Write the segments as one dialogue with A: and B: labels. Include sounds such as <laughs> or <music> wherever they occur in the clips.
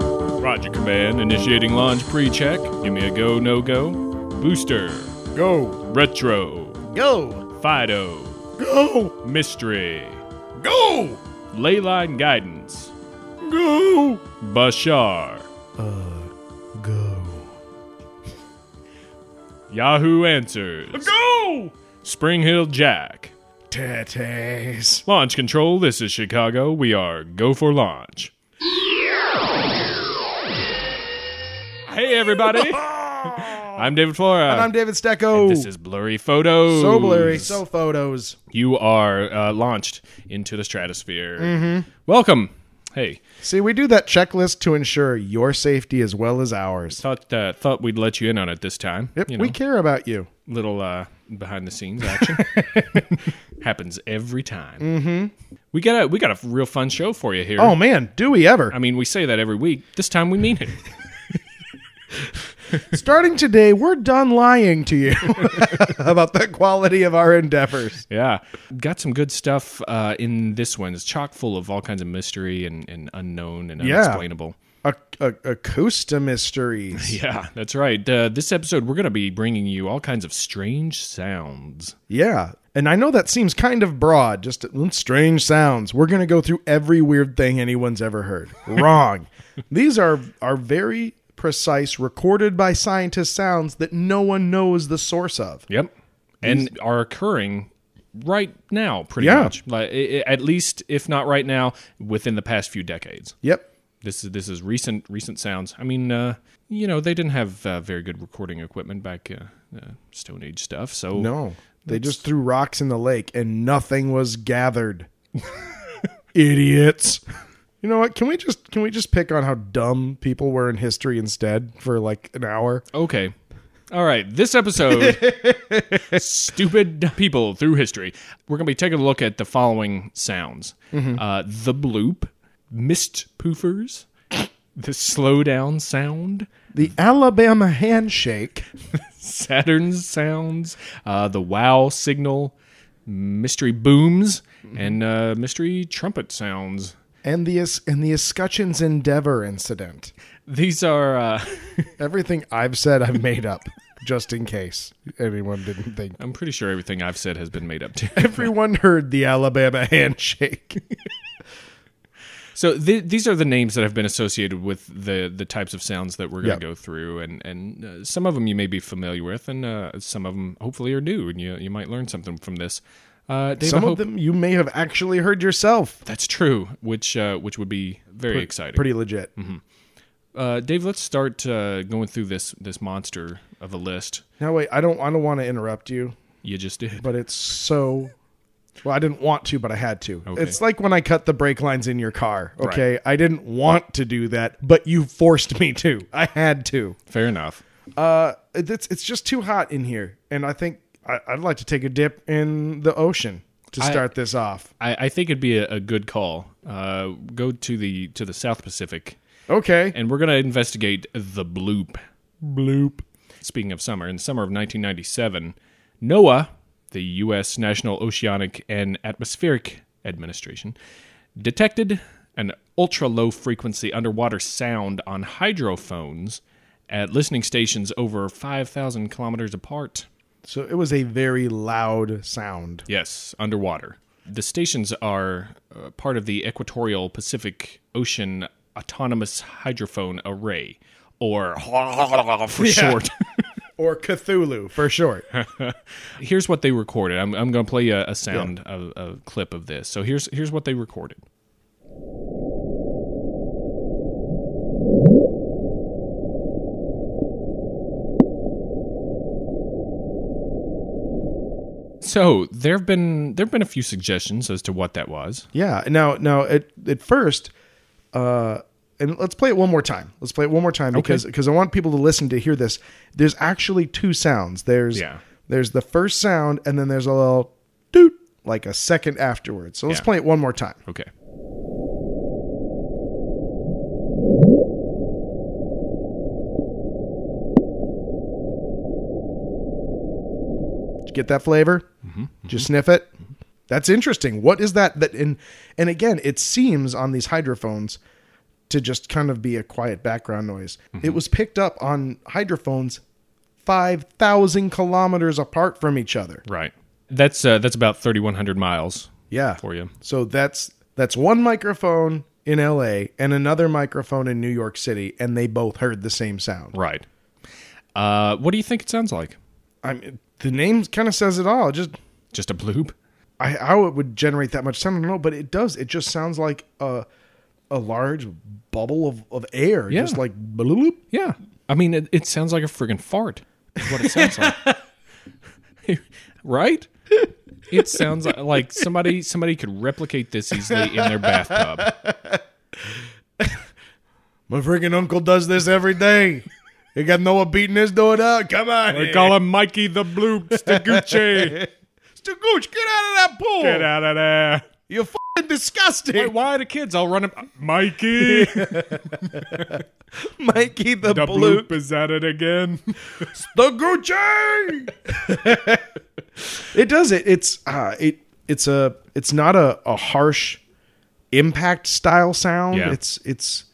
A: Roger Command, initiating launch pre check. Give me a go, no go. Booster.
B: Go.
A: Retro.
B: Go.
A: Fido.
B: Go.
A: Mystery.
B: Go.
A: Leyline Guidance.
B: Go.
A: Bashar.
B: Uh, go.
A: Yahoo Answers.
B: Go.
A: Spring Hill Jack.
B: Titties.
A: Launch control, this is Chicago. We are go for launch. Hey,
B: <laughs>
A: everybody. I'm David Flora.
B: And I'm David Stecco.
A: This is Blurry Photos.
B: so blurry. So photos.
A: You are uh, launched into the stratosphere.
B: Mm-hmm.
A: Welcome. Hey,
B: See, we do that checklist to ensure your safety as well as ours.
A: thought uh, thought we'd let you in on it this time.
B: Yep,
A: you know,
B: we care about you.
A: little uh, behind the scenes
B: <laughs>
A: action happens every time. Mm-hmm. We got a we got a real fun show for you here.
B: Oh man, do we ever?
A: I mean, we say that every week. This time we mean it.
B: <laughs> Starting today, we're done lying to <laughs> you about the quality of our endeavors.
A: Yeah, got some good stuff uh, in this one. It's chock full of all kinds of mystery and, and unknown and
B: Yeah.
A: unexplainable.
B: A- a- Acosta mysteries.
A: Yeah, that's right. Uh, this episode, we're going to be bringing you all kinds of strange sounds.
B: Yeah. And I know that seems kind of broad, just mm, strange sounds. We're going to go through every weird thing anyone's ever <laughs> heard. Wrong. These are are very precise recorded by scientists sounds that no one knows the source of.
A: Yep, and are occurring right now, pretty
B: Yeah.
A: much. Like, i- i- at least, if not right now, within the past few decades.
B: Yep.
A: This is this is recent recent sounds. I mean, uh, you know, they didn't have uh, very good recording equipment back uh, uh, Stone Age stuff. So
B: No. They just threw rocks in the lake and nothing was gathered. <laughs> Idiots. You know what? Can we just can we just pick on how dumb people were in history instead for like an hour?
A: Okay. All right. This
B: <laughs>
A: episode, Stupid People Through History, we're going to be taking a look at the following sounds
B: Mm-hmm.
A: uh, the bloop, mist poofers, the slowdown sound,
B: The Alabama handshake.
A: Saturn's sounds, uh, the wow signal, mystery booms, and uh, mystery trumpet sounds.
B: and the Es- and the Escutcheon's Endeavor incident.
A: These are. Uh, <laughs>
B: Everything I've said, I've made up, just in case anyone didn't think.
A: I'm pretty sure everything I've said has been made up too.
B: <laughs>
A: <laughs>
B: Everyone heard the Alabama handshake.
A: So th- these are the names that have been associated with the the types of sounds that we're going
B: Yep.
A: to go through, and and uh, some of them you may be familiar with, and uh, some of them hopefully are new, and you you might learn something from this. Uh, Dave,
B: <laughs> Some
A: I
B: of
A: hope
B: them you may have actually heard yourself.
A: that's true, which uh, which would be very exciting.
B: Pretty legit.
A: uh, Dave, let's start uh, going through this this monster of a list
B: Now wait, I don't I don't want to interrupt you,
A: you just did.
B: but it's so. Well, I didn't want to, but I had to. It's like when I cut the brake lines in your car. Okay, I didn't want to do that, but you forced me to. I had to.
A: Fair enough.
B: Uh, it's it's just too hot in here, and I think I, I'd like to take a dip in the ocean to
A: I-
B: start this off.
A: I, I think it'd be a, a good call. Uh, go to the to the South Pacific,
B: Okay,
A: and we're going to investigate the bloop.
B: bloop.
A: Speaking of summer, in the summer of 1997, NOAA, the U.S. National Oceanic and Atmospheric Administration, detected an ultra low frequency underwater sound on hydrophones at listening stations over 5,000 kilometers apart.
B: So it was a very loud sound.
A: Yes, underwater. The stations are uh, part of the Equatorial Pacific Ocean Autonomous Hydrophone Array, or <laughs> for short. <laughs>
B: Or Cthulhu for short.
A: here's what they recorded. I'm, I'm going to play you a, a sound, a, a clip of this. So here's here's what they recorded. So there have been there have been a few suggestions as to what that was.
B: yeah. Now, now at at first, uh, and let's play it one more time. Let's play it one more time because because I want people to listen to hear this. There's actually two sounds. There's
A: Yeah.
B: there's the first sound, and then there's a little doot like a second afterwards. So let's
A: Yeah.
B: play it one more time.
A: Okay.
B: Did you get that flavor?
A: Mm-hmm,
B: Just sniff it. That's interesting. What is that? That and and again, it seems on these hydrophones to just kind of be a quiet background noise.
A: Mm-hmm.
B: It was picked up on hydrophones 5,000 kilometers apart from each other.
A: Right. That's uh, that's about 3,100 miles
B: Yeah.
A: for you.
B: So that's that's one microphone in LA and another microphone in New York City and they both heard the same sound.
A: Right. Uh, what do you think it sounds like?
B: I mean the name kind of says it all. It Just
A: Just a bloop?
B: I how it would generate that much sound, I don't know, but it does. It just sounds like a a large bubble of, of air.
A: Yeah.
B: Just like bloop.
A: Yeah. I mean, it, it sounds like a friggin' fart. Is what it sounds like. <laughs> right? It sounds like, like somebody somebody could replicate this easily in their bathtub.
B: My freaking uncle does this every day. <laughs> He got Noah beating his door out. Come on.
A: We call him Mikey the Bloop Stagucci.
B: Stagooch, get out of that pool.
A: Get out of there.
B: You're fucking disgusting.
A: Wait, why are the kids all running? Mikey, the
B: Mikey the, blue.
A: bloop is at it again.
B: the Gucci. <laughs> it does it. It's uh, it it's a it's not a, a harsh impact style sound.
A: Yeah.
B: It's it's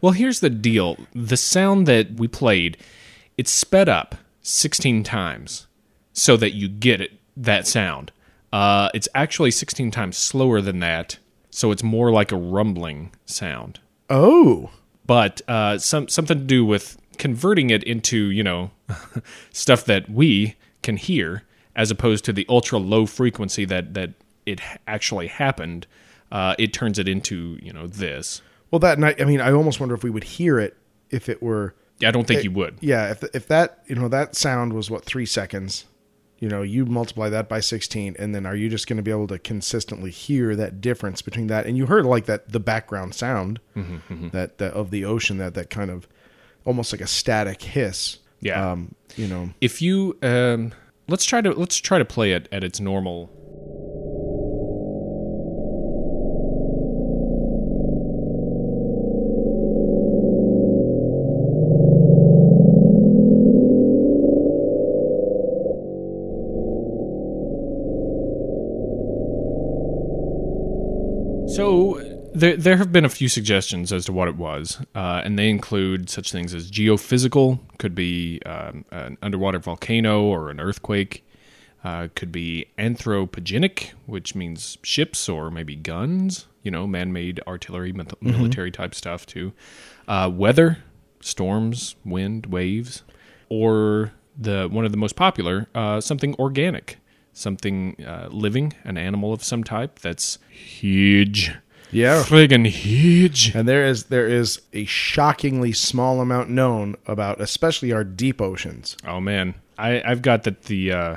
A: Well, here's the deal the sound that we played, it's sped up 16 times so that you get it, that sound. Uh, it's actually 16 times slower than that, so it's more like a rumbling sound.
B: oh
A: But uh, some, something to do with converting it into, you know, <laughs> stuff that we can hear as opposed to the ultra low frequency that, that it h- actually happened. Uh, it turns it into, you know, this.
B: well that night. I mean, I almost wonder if we would hear it if it were
A: I don't think you would.
B: yeah if if that you know that sound was what three seconds. You know, you multiply that by sixteen, and then are you just going to be able to consistently hear that difference between that? And you heard like that the background sound that, that of the ocean that that kind of almost like a static hiss.
A: Yeah.
B: um, you know.
A: if you um, let's try to let's try to play it at its normal So there, there have been a few suggestions as to what it was, uh, and they include such things as geophysical, could be um, an underwater volcano or an earthquake, uh, could be anthropogenic, which means ships or maybe guns, you know, man-made artillery, mil- military type stuff too, uh, weather, storms, wind, waves, or the one of the most popular, uh, something organic. Something uh, living, an animal of some type that's huge.
B: Yeah.
A: Friggin' huge.
B: And there is there is a shockingly small amount known about, especially our deep oceans.
A: Oh man, I, I've got that the uh,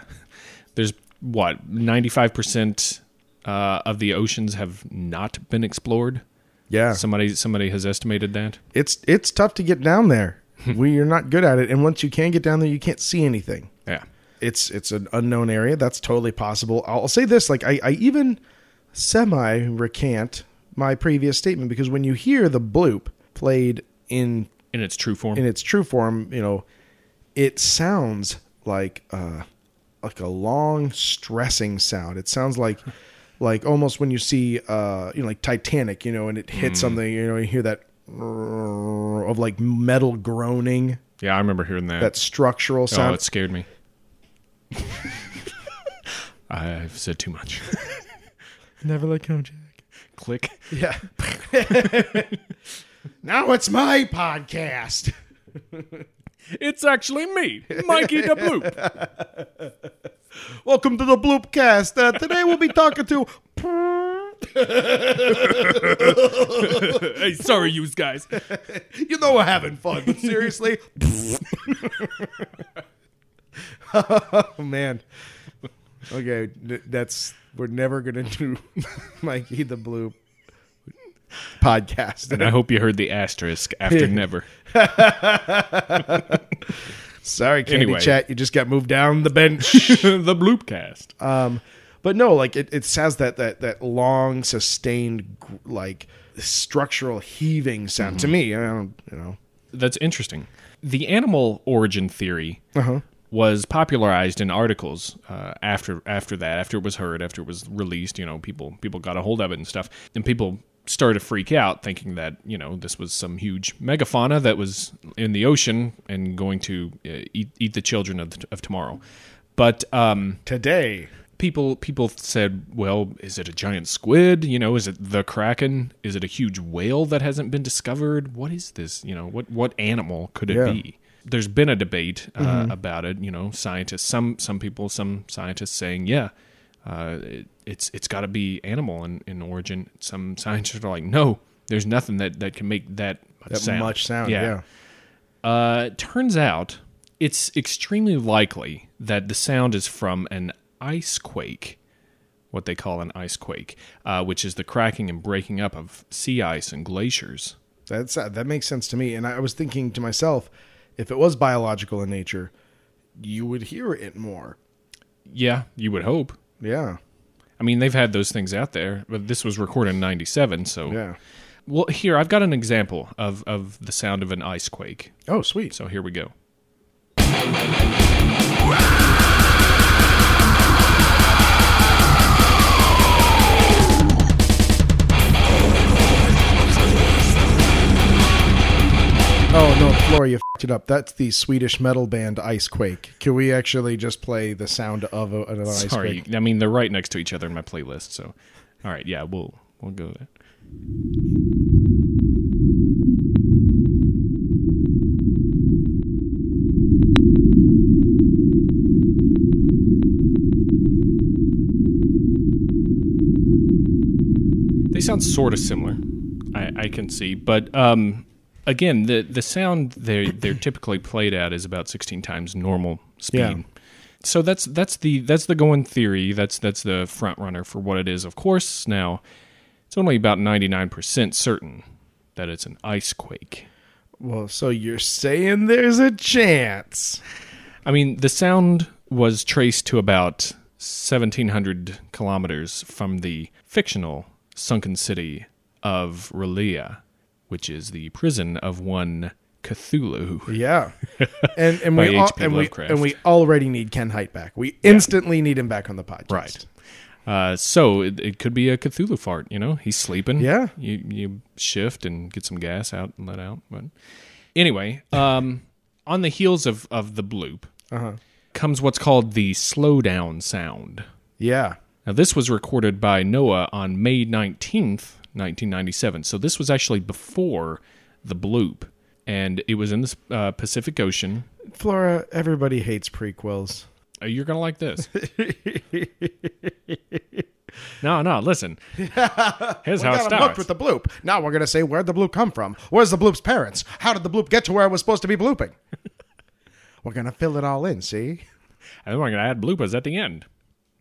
A: there's what ninety five percent uh, of the oceans have not been explored.
B: Yeah,
A: Somebody somebody has estimated that.
B: it's it's tough to get down there. we are not good at it, and once you can get down there, you can't see anything.
A: Yeah,
B: It's it's an unknown area. That's totally possible. I'll say this: like I, I even semi recant my previous statement because when you hear the bloop played in
A: in its true form.
B: in its true form, you know, it sounds like uh like a long stressing sound. It sounds <laughs> like like almost when you see uh you know like Titanic, you know, and it hits something, you know, you hear that of like metal groaning,
A: yeah, I remember hearing that.
B: that structural
A: oh,
B: sound.
A: it scared me. <laughs> I've said too much. <laughs>
B: Never let go, Jack.
A: Click.
B: Yeah. <laughs> now it's my podcast.
A: It's actually me, Mikey the Bloop.
B: Welcome to the Bloopcast. Uh, today we'll be talking to <laughs>
A: Hey, sorry, you guys.
B: you know we're having fun, but
A: <laughs>
B: seriously. <laughs> oh man. Okay, th- that's we're never gonna do <laughs> Mikey the Blue podcast.
A: And I hope you heard the asterisk after never.
B: Sorry, Candy
A: Anyway.
B: Chat, you just got moved down
A: <laughs>
B: the bench.
A: the Bloopcast.
B: um, but no, like it, it has that that that long sustained gr- like structural heaving sound.
A: Mm-hmm.
B: To me, I don't, you know,
A: That's interesting. The animal origin theory was popularized in articles uh, after after that, after it was heard, after it was released. You know, people people got a hold of it and stuff, and people started to freak out, thinking that you know this was some huge megafauna that was in the ocean and going to uh, eat eat the children of, of tomorrow. But um,
B: Today,
A: people people said, well, is it a giant squid? You know, is it the kraken? Is it a huge whale that hasn't been discovered? What is this? You know, what what animal could it
B: Yeah. Mm-hmm.
A: be? There's been a debate uh, about it. You know, scientists some some people some scientists saying, yeah, uh, it, it's it's got to be animal in, in origin. Some scientists are like, no, there's nothing that that can make that much
B: that
A: sound.
B: much sound. Yeah.
A: Uh, it turns out it's extremely likely that the sound is from an ice quake, what they call an ice quake, uh, which is the cracking and breaking up of sea ice and glaciers.
B: That's uh, that makes sense to me. And I was thinking to myself, if it was biological in nature, you would hear it more.
A: Yeah, you would hope.
B: Yeah.
A: I mean, they've had those things out there, but this was recorded in '97, so.
B: Yeah.
A: Well, here I've got an example of of the sound of an ice quake.
B: Oh, sweet.
A: So here we go.
B: Oh no, Flora, you f***ed it up. That's the Swedish metal band Icequake. Can we actually just play the sound of a, of an Oh, ice
A: Sorry,
B: quake?
A: I mean they're right next to each other in my playlist. So, all right, yeah, we'll we'll go there. They sound sort of similar, I, I can see, but um, again, the the sound they they're typically played at is about sixteen times normal speed.
B: Yeah.
A: So that's that's the that's the going theory. That's that's the front runner for what it is. Of course, now it's only about ninety nine percent certain that it's an ice quake.
B: Well, so you're saying there's a chance.
A: I mean, the sound was traced to about 1,700 kilometers from the fictional sunken city of Relia, which is the prison of one Cthulhu. <laughs>
B: Yeah. And and
A: By
B: we all,
A: H.P.
B: and we
A: Lovecraft.
B: and we already need Ken Height back. We instantly need him back on the podcast.
A: Right. Uh, so it, it could be a Cthulhu fart, you know? He's sleeping.
B: Yeah.
A: You, you shift and get some gas out and let out. But anyway, um, on the heels of, of the bloop
B: Uh-huh.
A: comes what's called the slowdown sound.
B: Yeah.
A: Now, this was recorded by Noah on May 19th, 1997. So, this was actually before the bloop, and it was in the uh, Pacific Ocean.
B: Flora, everybody hates prequels.
A: Uh, You're going to like this. no, no, listen. Here's how it
B: Got him hooked
A: starts.
B: with the bloop. Now we're gonna say where'd the bloop come from? Where's the bloop's parents? How did the bloop get to where it was supposed to be blooping? we're gonna fill it all in. See,
A: and then we're going to add bloopers at the end.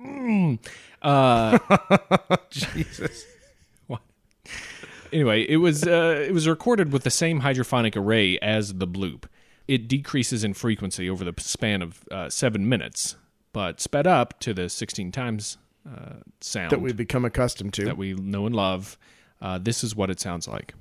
B: Hmm. Uh,
A: <laughs>
B: Jesus.
A: Anyway, it was uh, it was recorded with the same hydrophonic array as the bloop. It decreases in frequency over the span of uh, seven minutes, but sped up to the 16 times uh, sound.
B: That we've become accustomed to.
A: that we know and love. Uh, this is what it sounds like.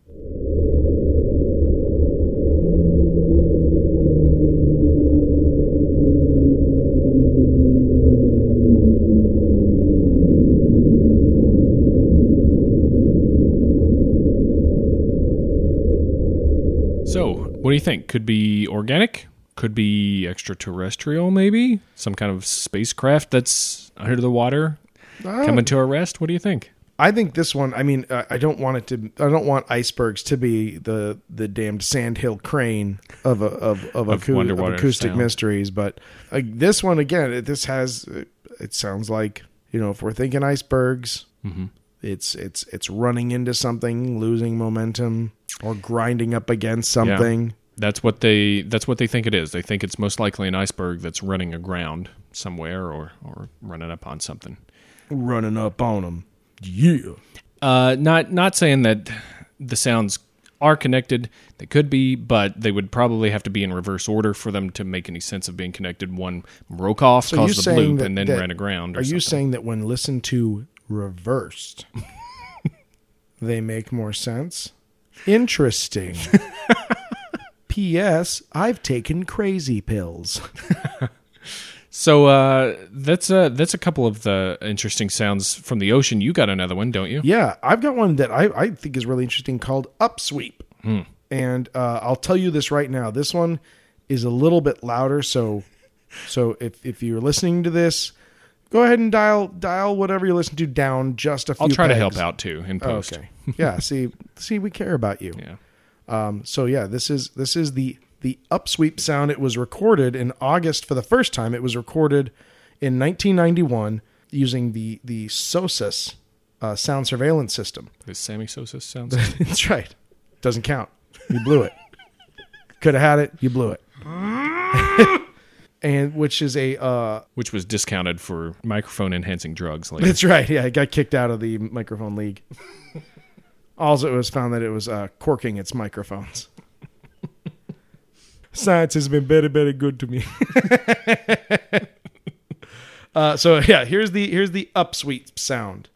A: So, what do you think? Could be organic? Could be extraterrestrial, maybe? Some kind of spacecraft that's under the water
B: Ah.
A: coming to our rest? What do you think?
B: I think this one. I mean, uh, I I don't want it to. I don't want icebergs to be the the damned sandhill crane of a, of of, acou-
A: Wonder
B: of
A: Water
B: acoustic
A: sound.
B: mysteries. But uh, this one again, it, this has. It, it sounds like you know if we're thinking icebergs, it's it's it's running into something, losing momentum, or grinding up against something.
A: That's what they that's what they think it is. They think it's most likely an iceberg that's running aground somewhere or or running up on something.
B: Running up on them. Yeah.
A: Uh, not not saying that the sounds are connected. They could be, but they would probably have to be in reverse order for them to make any sense of being connected. One broke off,
B: So you
A: caused the
B: saying
A: bloop,
B: that,
A: and then
B: that-
A: ran aground. Or
B: Are
A: something.
B: you saying that when listened to
A: <laughs>
B: reversed, they make more sense?
A: <laughs>
B: Interesting. P.S. I've taken crazy pills.
A: So uh, that's a that's a couple of the interesting sounds from the ocean. You got another one, don't you?
B: Yeah, I've got one that I, I think is really interesting called Upsweep.
A: Hmm.
B: And uh, I'll tell you this right now. This one is a little bit louder, so so if, if you're listening to this, go ahead and dial dial whatever you listen to down just a few
A: I'll try to
B: pegs.
A: help out too in post.
B: Oh, Okay. <laughs> yeah, see see we care about you.
A: Yeah.
B: Um so yeah, this is this is the the upsweep sound. It was recorded in August for the first time. It was recorded in 1991 using the the SOSIS uh, sound surveillance system.
A: Is Sammy Sosa
B: <laughs>
A: sounds?
B: That's right. Doesn't count. You blew it. Could have had it. You blew it. <laughs> and which is a uh
A: which was discounted for microphone enhancing drugs
B: <laughs>
A: later.
B: that's right. Yeah, it got kicked out of the microphone league. also, it was found that it was uh, corking its microphones. <laughs> Science has been very, very good to me. uh, so <laughs> yeah, here's the here's the upsweep sound.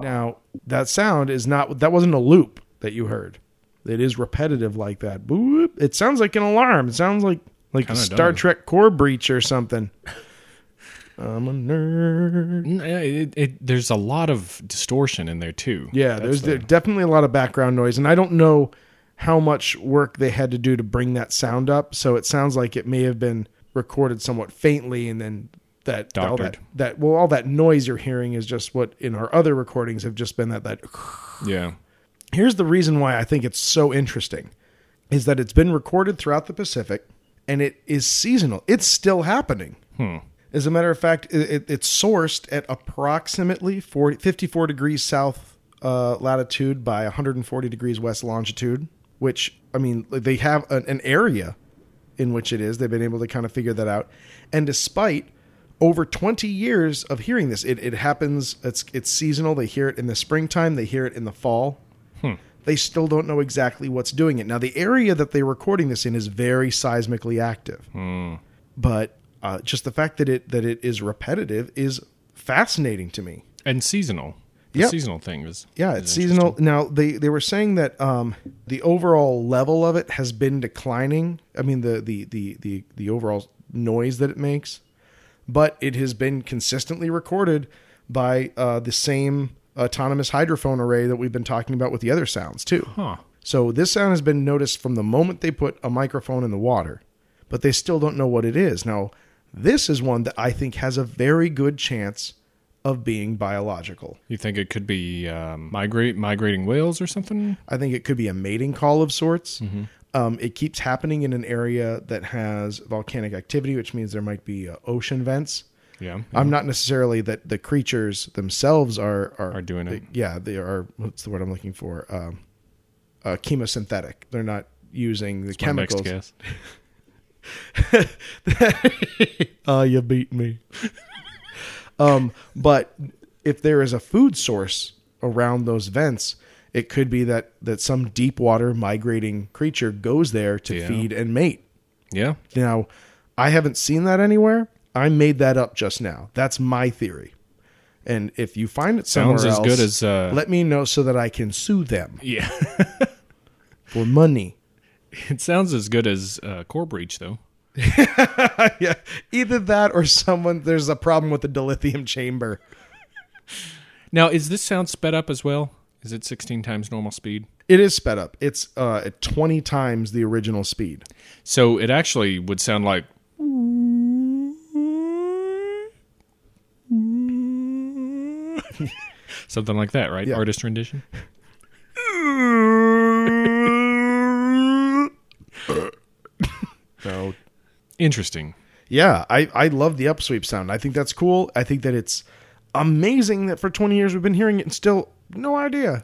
B: Now that sound is not that wasn't a loop that you heard. It is repetitive like that. Boop. It sounds like an alarm. It sounds like like a
A: Kinda
B: Star
A: does.
B: Trek core breach or something. I'm a nerd.
A: N- uh, it- it- there's a lot of distortion in there too.
B: Yeah,
A: That's
B: there's
A: the-
B: there definitely a lot of background noise, and I don't know how much work they had to do to bring that sound up. So it sounds like it may have been recorded somewhat faintly, and then that all that,
A: Doctored.
B: that well, all that noise you're hearing is just what in our other recordings have just been that that
A: yeah.
B: Here's the reason why I think it's so interesting is that it's been recorded throughout the Pacific and it is seasonal. It's still happening. As a matter of fact, it, it, it's sourced at approximately 40, 54 degrees south uh, latitude by 140 degrees west longitude, which, I mean, they have an, an area in which it is. They've been able to kind of figure that out. And despite over 20 years of hearing this, it, it happens, it's, it's seasonal. They hear it in the springtime, they hear it in the fall. They still don't know exactly what's doing it. Now, the area that they're recording this in is very seismically active. But uh, just the fact that it that it is repetitive is fascinating to me.
A: And seasonal. The
B: Yep.
A: seasonal thing is
B: Yeah,
A: is
B: it's seasonal. Now they they were saying that um, the overall level of it has been declining. I mean the the the the the overall noise that it makes, but it has been consistently recorded by uh, the same autonomous hydrophone array that we've been talking about with the other sounds too.
A: Huh.
B: So this sound has been noticed from the moment they put a microphone in the water, but they still don't know what it is. Now, this is one that I think has a very good chance of being biological.
A: You think it could be um, migrate migrating whales or something?
B: I think it could be a mating call of sorts.
A: Mm-hmm.
B: Um, it keeps happening in an area that has volcanic activity, which means there might be uh, ocean vents.
A: Yeah.
B: I'm not necessarily that the creatures themselves are are,
A: Are doing it.
B: Yeah, they are. What's the word I'm looking for? Um, uh, chemosynthetic. They're not using the
A: My
B: chemicals.
A: Next guess.
B: Ah, you beat me. um, but if there is a food source around those vents, it could be that that some deep water migrating creature goes there to
A: Yeah.
B: feed and mate.
A: Yeah.
B: Now, I haven't seen that anywhere. I made that up just now. That's my theory. And if you find it somewhere
A: Sounds as
B: else,
A: good as uh,
B: let me know so that I can sue them
A: yeah.
B: for money.
A: <laughs> it sounds as good as uh, core breach though.
B: yeah, either that or someone. There's a problem with the dilithium chamber.
A: Now is this sound sped up as well? Is it 16 times normal speed?
B: It is sped up. It's uh, at 20 times the original speed.
A: So it actually would sound like <laughs> something like that, right? Artist rendition.
B: <laughs> So,
A: Interesting.
B: yeah, I, I love the upsweep sound. I think that's cool. I think that it's amazing that for 20 years we've been hearing it and still no idea.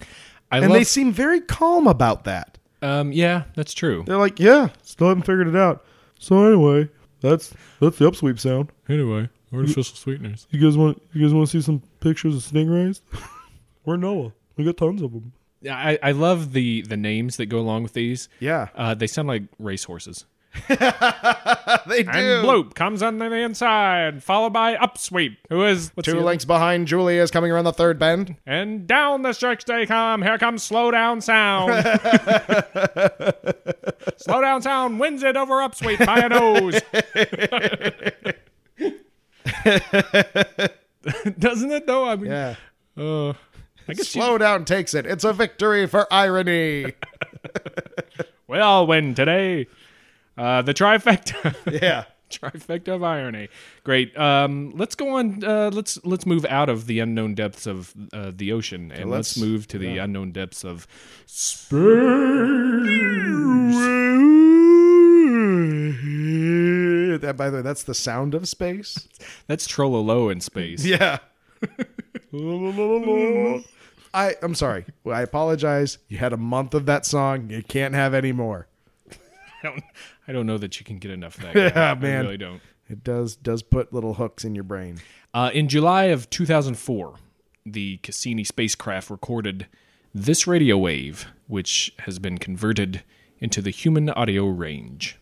A: I
B: and
A: love.
B: they seem very calm about that.
A: um, yeah, that's true.
B: They're like, yeah, still haven't figured it out. So anyway, that's that's the upsweep sound.
A: Anyway, artificial sweeteners.
B: You guys want you guys want to see some pictures of stingrays? <laughs> We're Noah. We got tons of them.
A: I, I love the the names that go along with these.
B: Yeah.
A: Uh, they sound like racehorses.
B: they
A: And
B: do.
A: Bloop comes on the inside, followed by Upsweep, who is what's
B: Two
A: the-
B: lengths behind Julie is coming around the third bend.
A: And down the stretch they come. Here comes Slow Down
B: <laughs>
A: Sound. slow Down Sound wins it over Upsweep by a
B: <laughs>
A: nose. Doesn't it though? I mean,
B: Yeah.
A: uh, I guess you-
B: Slow down takes it. It's a victory for irony.
A: we all win today. Uh, the trifecta. <laughs>
B: <laughs> yeah.
A: trifecta of irony great um let's go on uh let's let's move out of the unknown depths of uh, the ocean and let's,
B: let's-
A: move to the unknown depths of
B: that by the way, that's the sound of space.
A: that's trololo in space
B: Yeah. <laughs> I I'm sorry. Well, I apologize. You had a month of that song. You can't have any more.
A: <laughs> I, don't, I don't know that you can get enough of that guy.
B: Yeah, man.
A: i really don't
B: It does does put little hooks in your brain.
A: uh, in july of 2004 the cassini spacecraft recorded this radio wave which has been converted into the human audio range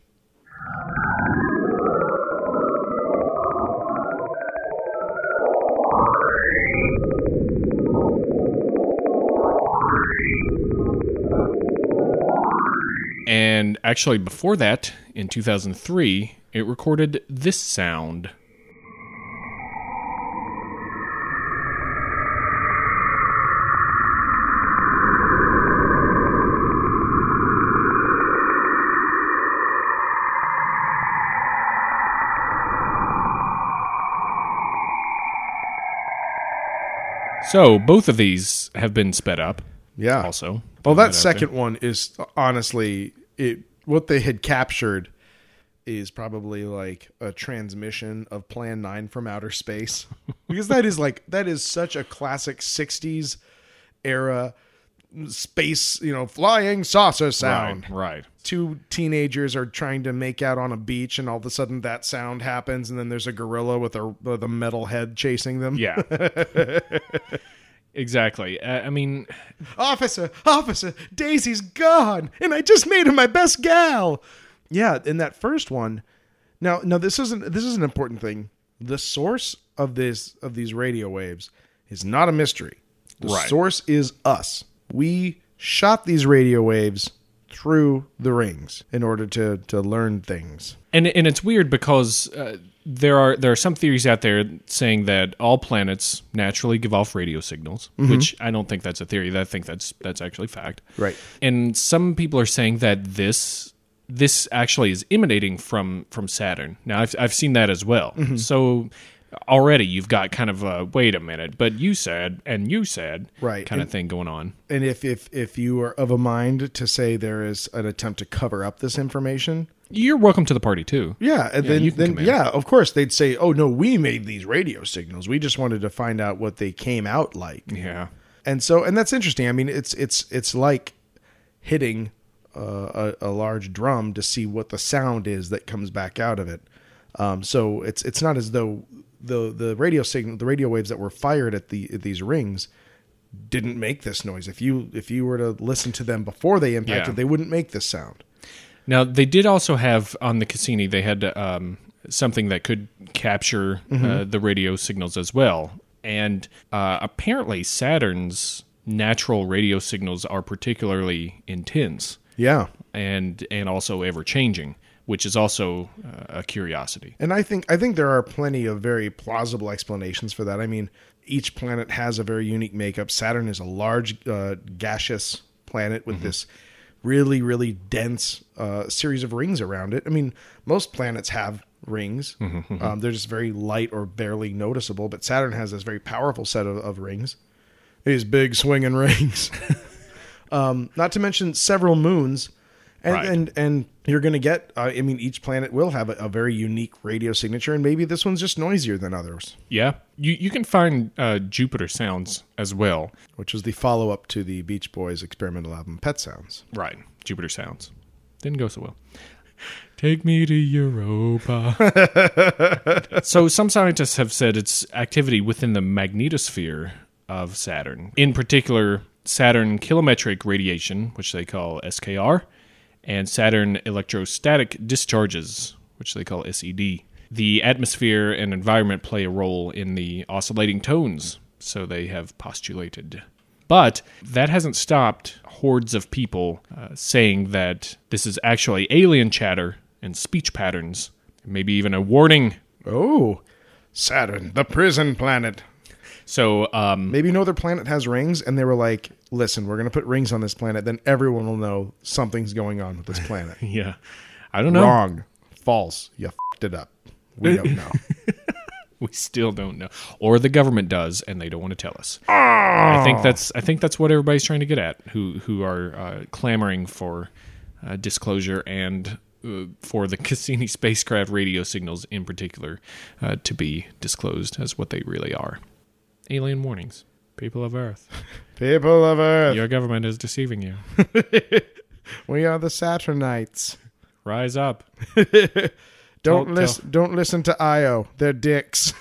A: And actually, before that, in 2003, it recorded this sound. So, both of these have been sped up
B: Yeah.
A: also.
B: Well,
A: Throwing
B: that
A: out there.
B: second one is honestly it. What they had captured is probably like a transmission of Plan Nine from outer space,
A: <laughs>
B: because that is like that is such a classic '60s era space, you know, flying saucer sound.
A: Right, right.
B: Two teenagers are trying to make out on a beach, and all of a sudden that sound happens, and then there's a gorilla with a with a metal head chasing them.
A: Yeah. exactly. Uh, I mean,
B: Officer, officer, Daisy's gone, and I just made her my best gal. Yeah, in that first one. Now, now this isn't this is an important thing. The source of this of these radio waves is not a mystery. The
A: Right.
B: source is us. We shot these radio waves through the rings in order to to learn things.
A: and and it's weird because uh, there are there are some theories out there saying that all planets naturally give off radio signals,
B: Mm-hmm.
A: which I don't think that's a theory. I think that's that's actually fact.
B: Right.
A: And some people are saying that this this actually is emanating from from Saturn. Now I've I've seen that as well.
B: Mm-hmm.
A: So already you've got kind of a wait a minute, but you said and you said
B: Right.
A: kind of thing going on.
B: And if if if you are of a mind to say there is an attempt to cover up this information,
A: You're welcome to the party too.
B: Yeah, and
A: you
B: then,
A: can
B: then
A: come in.
B: yeah, of course they'd say, "Oh no, we made these radio signals. We just wanted to find out what they came out like."
A: Yeah.
B: And so, and that's interesting. I mean, it's it's it's like hitting uh, a, a large drum to see what the sound is that comes back out of it. Um, so it's it's not as though the the radio signal, the radio waves that were fired at the at these rings didn't make this noise. If you if you were to listen to them before they impacted,
A: Yeah.
B: they wouldn't make this sound.
A: Now they did also have on the Cassini. They had um, something that could capture uh, the radio signals as well, and uh, apparently Saturn's natural radio signals are particularly intense
B: Yeah.
A: and and also ever changing, which is also uh, a curiosity.
B: And I think I think there are plenty of very plausible explanations for that. I mean, each planet has a very unique makeup. Saturn is a large uh, gaseous planet with this really really dense uh, series of rings around it. I mean, most planets have rings. Um, they're just very light or barely noticeable. But Saturn has this very powerful set of, of rings. These big swinging <laughs> rings. um, not to mention several moons. And,
A: Right.
B: and and you're going to get. Uh, I mean, each planet will have a, a very unique radio signature, and maybe this one's just noisier than others,
A: Yeah, you you can find uh, Jupiter sounds as well.
B: which was the follow up to the Beach Boys experimental album Pet Sounds.
A: Right, Jupiter sounds didn't go so well. Take me to Europa. so some scientists have said it's activity within the magnetosphere of Saturn. In particular, Saturn kilometric radiation, which they call SKR, and Saturn electrostatic discharges, which they call SED. The atmosphere and environment play a role in the oscillating tones, so they have postulated. But that hasn't stopped hordes of people uh, saying that this is actually alien chatter and speech patterns, maybe even a warning.
B: Oh, Saturn, the prison planet.
A: So, um,
B: Maybe no other planet has rings, and they were like, listen, we're going to put rings on this planet, then everyone will know something's going on with <laughs> this planet.
A: <laughs> yeah, I don't know.
B: Wrong. False. You fed it up. We <laughs> don't know.
A: We still don't know, or the government does, and they don't want to tell us. I think that's I think that's what everybody's trying to get at. Who who are uh, clamoring for uh, disclosure and uh, for the <laughs> Cassini spacecraft radio signals in particular uh, to be disclosed as what they really are. Alien warnings, people of <laughs> Earth,
B: People of Earth,
A: your government is deceiving you.
B: we are the Saturnites.
A: Rise up.
B: Don't
A: Tell-
B: listen. Don't listen to Io. They're dicks.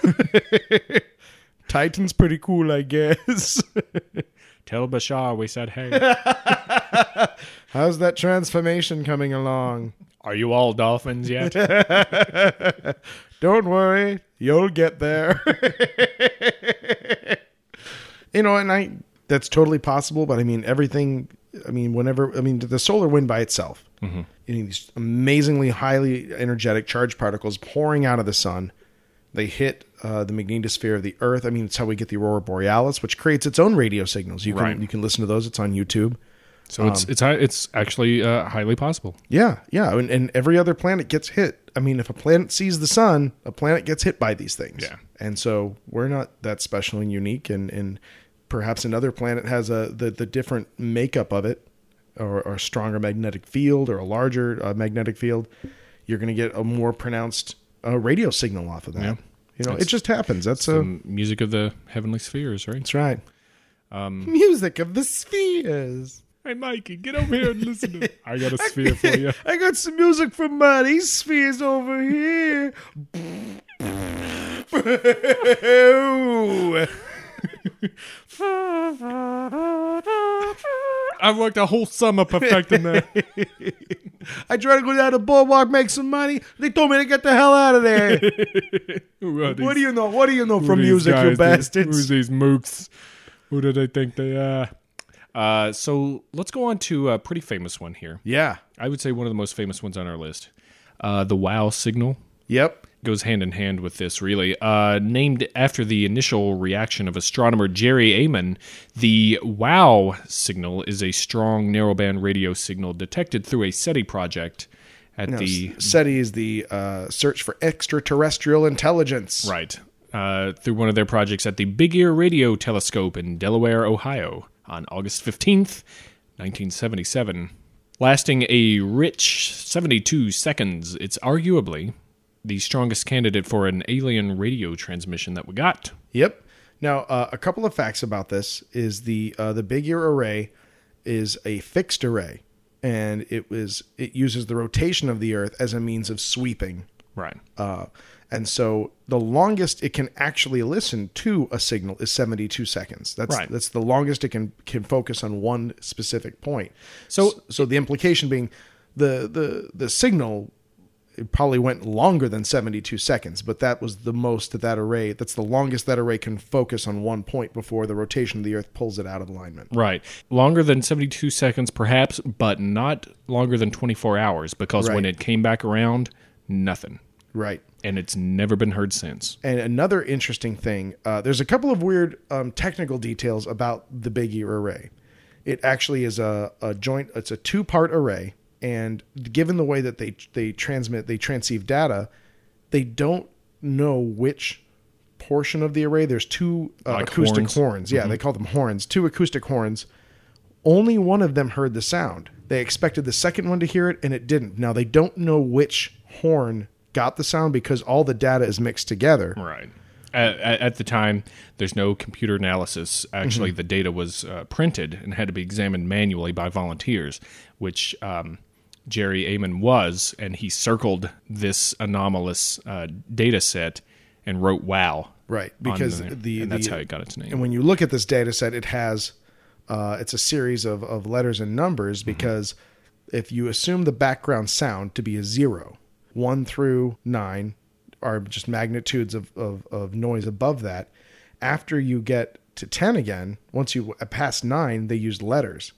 B: <laughs> Titan's pretty cool, I guess. <laughs>
A: Tell Bashar we said hey. <laughs>
B: How's that transformation coming along?
A: are you all dolphins yet?
B: Don't worry, you'll get there. <laughs> you know, and I that's totally possible, but I mean everything I mean whenever I mean the solar wind by itself. Mm-hmm. You know, these amazingly highly energetic charged particles pouring out of the sun. They hit uh, the magnetosphere of the Earth. I mean, it's how we get the aurora borealis, which creates its own radio signals. You can
A: Right.
B: you can listen to those. It's on YouTube.
A: So it's it's hi- it's actually uh, highly possible.
B: Yeah, yeah, and, and every other planet gets hit. I mean, if a planet sees the sun, a planet gets hit by these things.
A: Yeah.
B: and so we're not that special and unique, and and perhaps another planet has a the, the different makeup of it, or, or a stronger magnetic field, or a larger uh, magnetic field. You're going to get a more pronounced uh, radio signal off of that.
A: Yeah.
B: You know, it
A: It's-
B: just happens. That's a,
A: Um, music of the heavenly spheres, right?
B: that's right.
A: um,
B: Music of the spheres.
A: Hey, Mikey, get over here and listen to. <laughs> I got a sphere for you.
B: I got some music from uh, these spheres over here.
A: <laughs> I've worked a whole summer perfecting that.
B: I tried to go down the boardwalk, make some money. They told me to get the hell out of there.
A: <laughs> Who are these-
B: what do you know? What do you know
A: who are
B: from
A: these
B: music, you
A: guys?
B: bastards?
A: Who are <laughs> these mooks? Who do they think they are? Uh, so let's go on to a pretty famous one here.
B: Yeah.
A: I would say one of the most famous ones on our list. Uh, the wow signal.
B: Yep.
A: goes hand in hand with this, really. Uh, named after the initial reaction of astronomer Jerry Amon, the WOW signal is a strong narrowband radio signal detected through a SETI project at the
B: SETI is the uh, search for extraterrestrial intelligence.
A: right uh, through one of their projects at the Big Ear Radio Telescope in Delaware, Ohio, on August fifteenth, nineteen seventy-seven. Lasting a rich 72 seconds, it's arguably the strongest candidate for an alien radio transmission that we got.
B: Yep. Now, uh, a couple of facts about this is the uh, the big ear array is a fixed array, and it was it uses the rotation of the Earth as a means of sweeping,
A: Right.
B: uh, and so the longest it can actually listen to a signal is seventy two seconds. That's
A: Right.
B: that's the longest it can can focus on one specific point.
A: So-
B: so, the implication being the the the signal it probably went longer than 72 seconds, but that was the most that that array, that's the longest that array can focus on one point before the rotation of the Earth pulls it out of alignment.
A: Right. Longer than 72 seconds, perhaps, but not longer than 24 hours because when
B: Right.
A: it came back around, nothing.
B: Right.
A: And it's never been heard since.
B: And another interesting thing, uh, there's a couple of weird um, technical details about the Big Ear array. It actually is a, a joint, it's a two part array. And given the way that they, they transmit, they transceive data, they don't know which portion of the array. There's two uh,
A: Like
B: acoustic
A: horns?
B: horns. Yeah,
A: Mm-hmm.
B: they call them horns. Two acoustic horns. Only one of them heard the sound. They expected the second one to hear it, and it didn't. Now they don't know which horn got the sound because all the data is mixed together.
A: Right. At, at the time, there's no computer analysis. Actually,
B: Mm-hmm.
A: the data was uh, printed and had to be examined manually by volunteers, which um, Jerry Amon was. And he circled this anomalous uh, data set and wrote wow.
B: Right,
A: on
B: because
A: there.
B: the,
A: and that's
B: the
A: how it got its name.
B: and when you look at this data set, it has uh, it's a series of, of letters and numbers because if you assume the background sound to be a zero. One through nine are just magnitudes of, of, of noise above that. After you get to 10 again, once you pass nine, they used letters.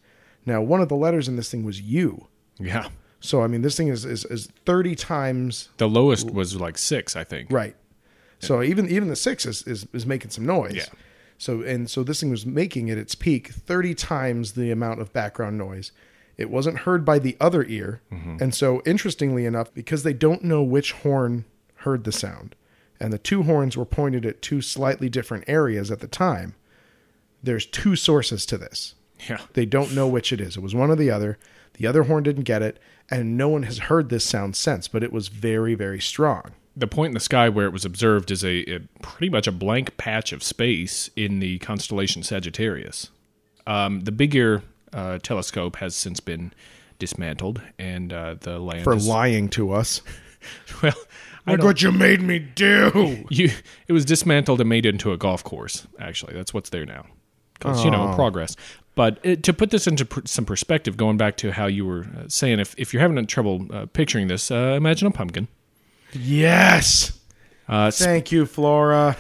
B: Now, one of the letters in this thing was U.
A: Yeah.
B: So, I mean, this thing is, is, is 30 times
A: The lowest was like six, I think.
B: Right. So even even the six is, is is making some noise.
A: Yeah.
B: So and so this thing was making at its peak thirty times the amount of background noise. It wasn't heard by the other ear, and so interestingly enough, because they don't know which horn heard the sound, and the two horns were pointed at two slightly different areas at the time. There's two sources to this.
A: Yeah.
B: They don't know which it is. It was one or the other. The other horn didn't get it, and no one has heard this sound since. But it was very very strong.
A: The point in the sky where it was observed is a, a pretty much a blank patch of space in the constellation Sagittarius. Um, the Big Ear uh, telescope has since been dismantled, and uh, the land
B: for
A: is-
B: lying to <laughs> us.
A: <laughs> well, I
B: Look
A: don't,
B: what you made me do.
A: <laughs> you, it was dismantled and made into a golf course. Actually, that's what's there now, because you know progress. But it, to put this into pr- some perspective, going back to how you were uh, saying, if if you're having trouble uh, picturing this, uh, imagine a pumpkin.
B: Yes.
A: Uh, s-
B: Thank you, Flora.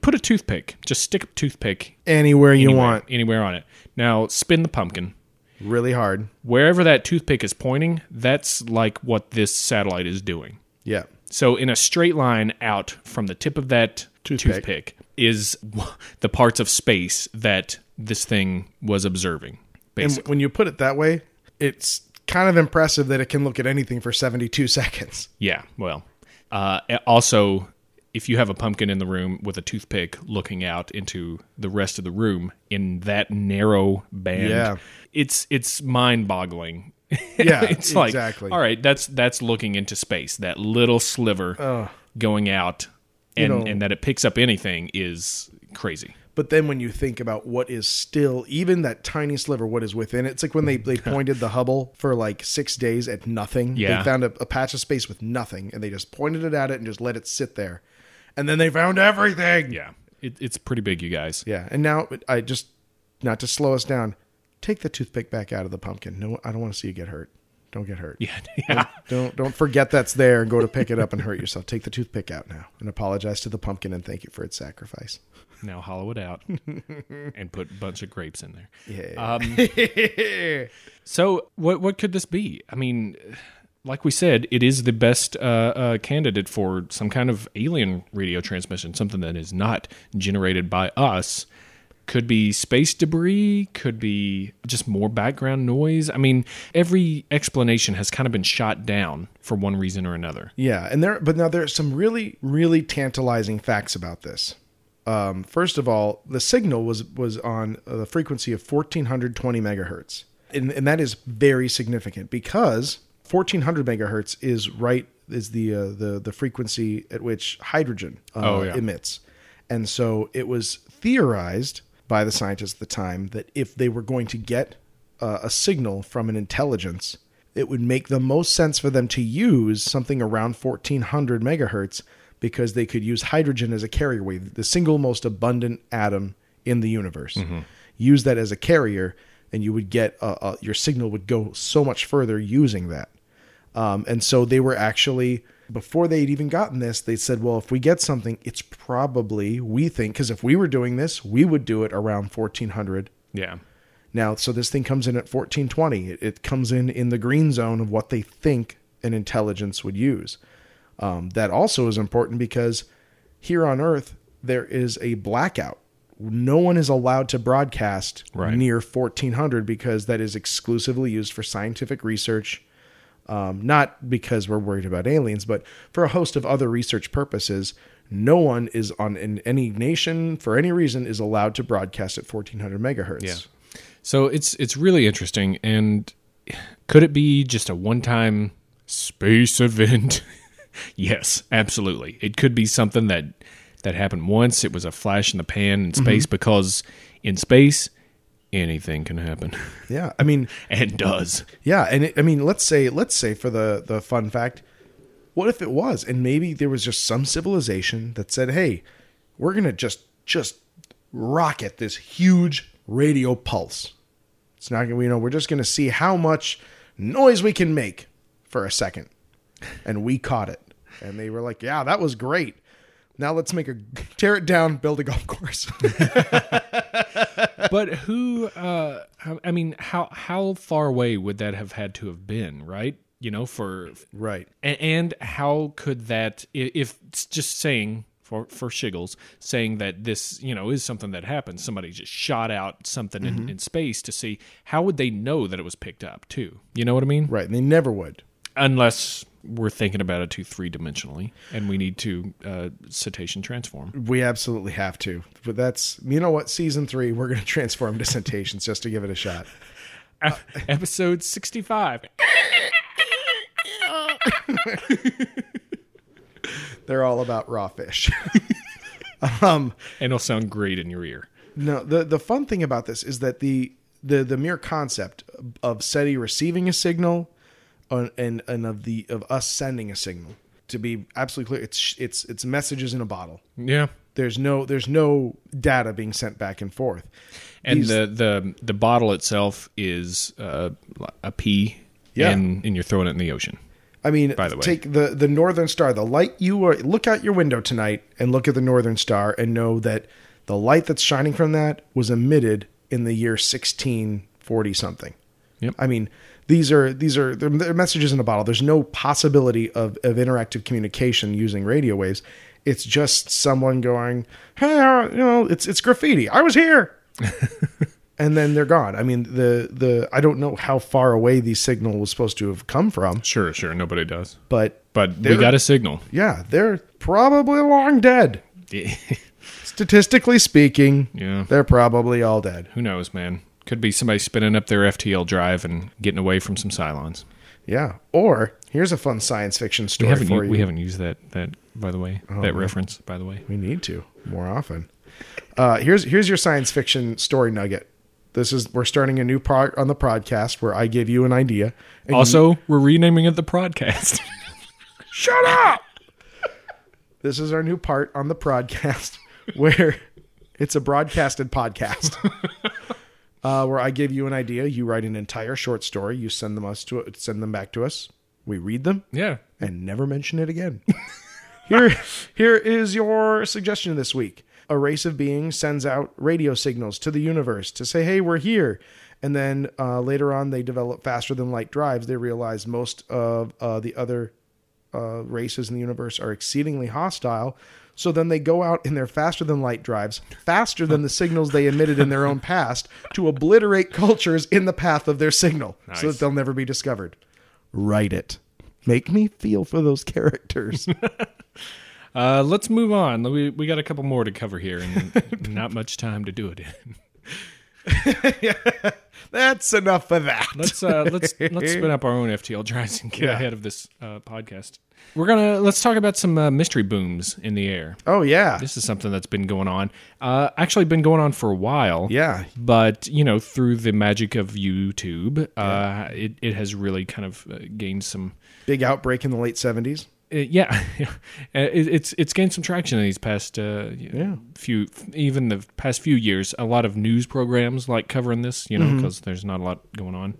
A: put a toothpick. Just stick a toothpick
B: Anywhere you
A: anywhere-
B: want.
A: anywhere on it. Now spin the pumpkin.
B: Really hard.
A: Wherever that toothpick is pointing, that's like what this satellite is doing.
B: Yeah.
A: So in a straight line out from the tip of that
B: Toothpick.
A: toothpick, is <laughs> w- the parts of space that this thing was observing.
B: And
A: Basically.
B: when you put it that way, it's kind of impressive that it can look at anything for 72 <laughs> seconds.
A: yeah. Well, uh, a- also, if you have a pumpkin in the room with a toothpick looking out into the rest of the room in that narrow band,
B: Yeah.
A: it's it's mind <laughs> boggling.
B: Yeah,
A: it's like
B: exactly.
A: all right, that's that's looking into space. That little sliver going out, and
B: know-
A: and that it picks up anything is crazy.
B: But then when you think about what is still, even that tiny sliver, what is within it, it's like when they, <laughs> they pointed the Hubble for like six days at nothing.
A: Yeah.
B: They found a, a patch of space with nothing and they just pointed it at it and just let it sit there. And then they found everything.
A: Yeah, it, it's pretty big, you guys.
B: Yeah, and now I just not to slow us down. Take the toothpick back out of the pumpkin. No, I don't want to see you get hurt. Don't get hurt.
A: Yeah, <laughs> yeah.
B: Don't don't forget that's there and go to pick it up and hurt yourself. Take the toothpick out now and apologize to the pumpkin and thank it for its sacrifice.
A: now hollow it out and put a bunch of grapes in there. Um,
B: Yeah.
A: So, what what could this be? I mean, like we said, it is the best uh, uh, candidate for some kind of alien radio transmission, something that is not generated by us. Could be space debris, could be just more background noise. I mean, every explanation has kind of been shot down for one reason or another.
B: Yeah, and there, but now there are some really, really tantalizing facts about this. Um, first of all, the signal was was on the frequency of 1420 megahertz, and, and that is very significant because 1400 megahertz is right is the uh, the the frequency at which hydrogen uh,
A: Oh, yeah.
B: emits, and so it was theorized by the scientists at the time that if they were going to get uh, a signal from an intelligence, it would make the most sense for them to use something around 1400 megahertz because they could use hydrogen as a carrier wave, the single most abundant atom in the universe. Use that as a carrier, and you would get uh, uh, your signal would go so much further using that. Um, and so they were actually, before they'd even gotten this, they said, well, if we get something, it's probably, we think, because if we were doing this, we would do it around 1400.
A: Yeah.
B: Now, so this thing comes in at 1420. It, it comes in in the green zone of what they think an intelligence would use. Um, that also is important because here on Earth, there is a blackout. No one is allowed to broadcast
A: Right.
B: near 1400 because that is exclusively used for scientific research um, not because we're worried about aliens, but for a host of other research purposes. No one is on in any nation for any reason is allowed to broadcast at 1400 megahertz.
A: Yeah. So it's it's really interesting and could it be just a one-time space event? <laughs> yes, absolutely. It could be something that that happened once. It was a flash in the pan in space because in space anything can happen <laughs>
B: Yeah, I mean,
A: and does.
B: yeah, and it, I mean, let's say let's say for the the fun fact, what if it was, and maybe there was just some civilization that said, "Hey, we're gonna just just rocket this huge radio pulse." It's not gonna, you know, we're just gonna see how much noise we can make for a second. And we caught it. And they were like, yeah, that was great. Now let's make a <laughs> tear it down, build a golf course. <laughs>
A: but who? Uh, I- I mean, how how far away would that have had to have been? Right? You know, for
B: right.
A: A- And how could that, i- if it's just saying for for shiggles, saying that this you know is something that happened, somebody just shot out something
B: Mm-hmm.
A: in, in space to see how would they know that it was picked up too? You know what I mean?
B: Right. And they never would.
A: Unless we're thinking about it too three dimensionally, and we need to uh, cetacean transform.
B: We absolutely have to. But that's, you know what? Season three, we're going to transform to cetaceans just to give it a shot. Uh,
A: <laughs> Episode sixty five.
B: They're all about raw fish. <laughs> Um,
A: And it'll sound great in your ear.
B: No, the the fun thing about this is that the the the mere concept of SETI receiving a signal, on, and and of the of us sending a signal. To be absolutely clear, it's it's it's messages in a bottle.
A: Yeah.
B: There's no there's no data being sent back and forth.
A: and
B: These-
A: the, the the bottle itself is uh, a pea,
B: Yeah.
A: and, and you're throwing it in the ocean.
B: I mean,
A: By the way.
B: take the the northern star, the light you are look out your window tonight and look at the northern star and know that the light that's shining from that was emitted in the year 1640 something.
A: Yep.
B: I mean, these are these are they're, they're messages in a bottle. There's no possibility of of interactive communication using radio waves. It's just someone going, "Hey, uh, you know, it's it's graffiti. I
A: <laughs>
B: was here." and then they're gone. I mean, the the I don't know how far away the signal was supposed to have come from,
A: Sure, sure, nobody does,
B: but
A: but
B: They're-
A: we got a <laughs> signal.
B: yeah, they're probably long dead. Statistically speaking,
A: yeah,
B: they're probably all dead.
A: who knows, man? Could be somebody spinning up their FTL drive and getting away from some Cylons.
B: Yeah. Or here's a fun science fiction
A: We
B: story
A: haven't
B: for
A: u-
B: you.
A: we haven't used that that by the way that reference by the way.
B: We need to more often. Uh, here's here's your science fiction story nugget. This is we're starting a new part on the podcast where I give you an idea. And
A: Also, we're renaming it the podcast. <laughs>
B: shut up. this is our new part on the podcast <laughs> where it's a broadcasted
A: <laughs>
B: podcast. uh, where I give you an idea, you write an entire short story, you send them us to send them back to us. We read them
A: yeah,
B: and never mention it again. <laughs> here, here is your suggestion this week. A race of beings sends out radio signals to the universe to say, "Hey, we're here." And then uh, later on, they develop faster than light drives. They realize most of uh, the other uh, races in the universe are exceedingly hostile. So then they go out in their faster than light drives, faster than the signals they emitted in their own past, to obliterate cultures in the path of their signal, so
A: Nice.
B: that they'll never be discovered write it. Make me feel for those characters.
A: uh, let's move on. We we got a couple more to cover here, <laughs> and not much time to do it in.
B: <laughs> That's enough of that.
A: <laughs> let's uh, let's let's spin up our own FTL drives and get ahead of this uh, podcast. We're gonna let's talk about some uh, mystery booms in the air.
B: oh yeah,
A: This is something that's been going on, uh, actually been going on for a while.
B: yeah.
A: But you know, through the magic of YouTube, uh, it it has really kind of uh, gained some.
B: Big outbreak in the late seventies.
A: Uh, yeah, <laughs> Uh, it, it's it's gained some traction in these past uh, yeah. few, even the past few years. A lot of news programs like covering this, you know, because there's not a lot going on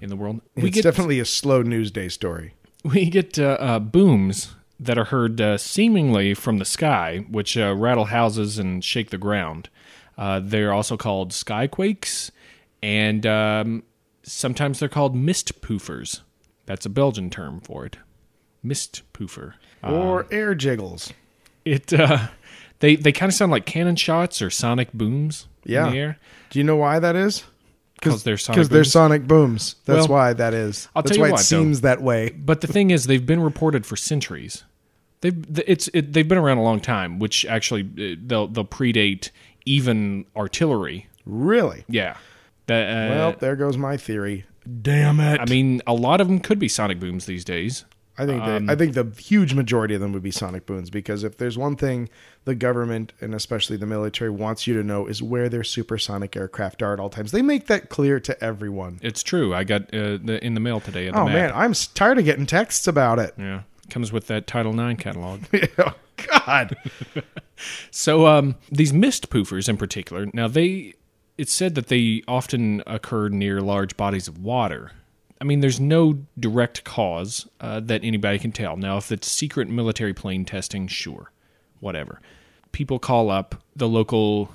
A: in the world.
B: Mm-hmm. It's definitely a slow news day story.
A: we get uh, uh, booms that are heard uh, seemingly from the sky, which uh, rattle houses and shake the ground. Uh, they're also called skyquakes, and um, sometimes they're called mist poofers. That's a Belgian term for it. Mist poofer.
B: or air jiggles.
A: It uh, they they kind of sound like cannon shots or sonic booms
B: Yeah.
A: in the air
B: Do you know why that is?
A: because they're sonic.
B: Because they're
A: booms.
B: sonic booms. That's
A: Well,
B: why that is.
A: I'll
B: That's
A: tell you
B: why
A: what,
B: it seems that way.
A: But the thing is, they've been reported for centuries. They've th- it's it, they've been around a long time, which actually uh, they'll they'll predate even artillery.
B: Really?
A: Yeah. That, uh,
B: Well, there goes my theory. <laughs> Damn it!
A: I mean, a lot of them could be sonic booms these days.
B: I think the, I think the huge majority of them would be sonic booms because if there's one thing the government and especially the military wants you to know is where their supersonic aircraft are at all times. They make that clear to everyone.
A: It's true. I got uh, the, in the mail today. The
B: Oh
A: map.
B: man, I'm s- tired of getting texts about it.
A: Yeah. Comes with that Title IX catalog.
B: oh God,
A: So um, these mist poofers in particular, now they, it's said that they often occur near large bodies of water. I mean, there's no direct cause uh, that anybody can tell. Now, if it's secret military plane testing, sure, whatever. People call up the local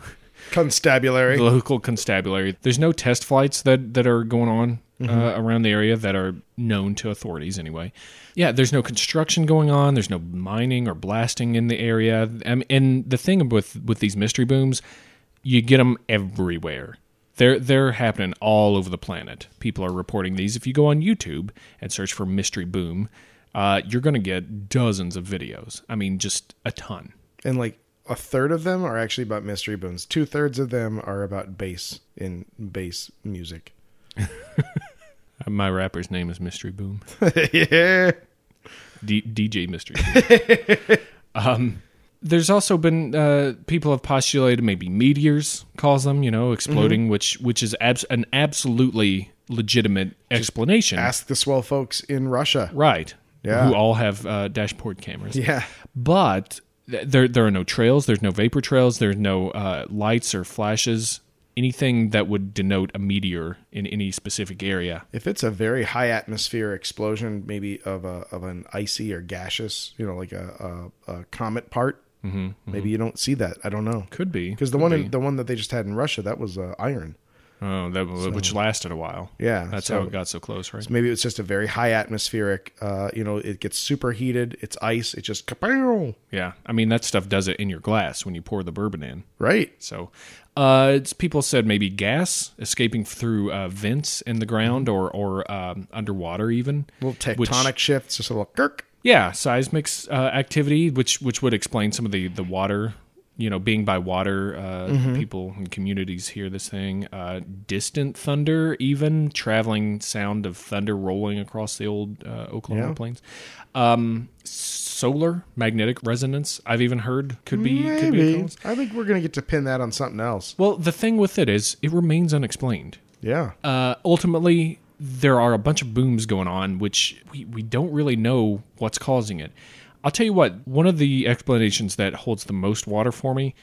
B: Constabulary.
A: the local constabulary. There's no test flights that that are going on uh, around the area that are known to authorities anyway. Yeah, there's no construction going on. There's no mining or blasting in the area. Um, and the thing with with these mystery booms, you get them everywhere. They're they're happening all over the planet. People are reporting these. If you go on YouTube and search for mystery boom, uh, you're going to get dozens of videos. I mean, just a ton.
B: and like a third of them are actually about mystery booms. Two thirds of them are about bass in bass music. <laughs>
A: Uh, My rapper's name is Mystery Boom.
B: yeah.
A: D- DJ
B: <laughs>
A: Mystery. um, there's also been uh, people have postulated maybe meteors cause them, you know, exploding,
B: Mm-hmm.
A: which which is abs- an absolutely legitimate explanation,
B: Ask the swell folks in Russia.
A: right?
B: Yeah.
A: Who all have uh, dashboard cameras,
B: Yeah.
A: but th- there there are no trails. There's no vapor trails. There's no uh, lights or flashes. Anything that would denote a meteor in any specific area.
B: If it's a very high atmosphere explosion, maybe of a of an icy or gaseous, you know, like a a, a comet part, maybe you don't see that. I don't know
A: Mm-hmm, Could be
B: because the one in, the one that they just had in Russia that was uh, iron.
A: oh, that, which lasted a while.
B: Yeah,
A: that's
B: so-
A: how it got so close, right?
B: Maybe it's just a very high atmospheric. Uh, you know, it gets superheated. It's ice. It just kapow.
A: Yeah, I mean that stuff does it in your glass when you pour the bourbon in.
B: Right.
A: So, uh, it's, people said maybe gas escaping through uh, vents in the ground or or um, underwater even.
B: Little
A: which-
B: tectonic shifts. Just a little kirk.
A: yeah, seismic uh, activity, which which would explain some of the the water. You know, being by water, uh,
B: Mm-hmm.
A: people and communities hear this thing. Uh, distant thunder, even traveling sound of thunder rolling across the old uh, Oklahoma
B: Yeah.
A: plains. Um, solar magnetic resonance. I've even heard could be could be a
B: Maybe.
A: cause.
B: I think we're gonna get to pin that on something else.
A: Well, the thing with it is, it remains unexplained
B: Yeah.
A: uh, ultimately there are a bunch of booms going on which we, we don't really know what's causing it i'll tell you what one of the explanations that holds the most water for me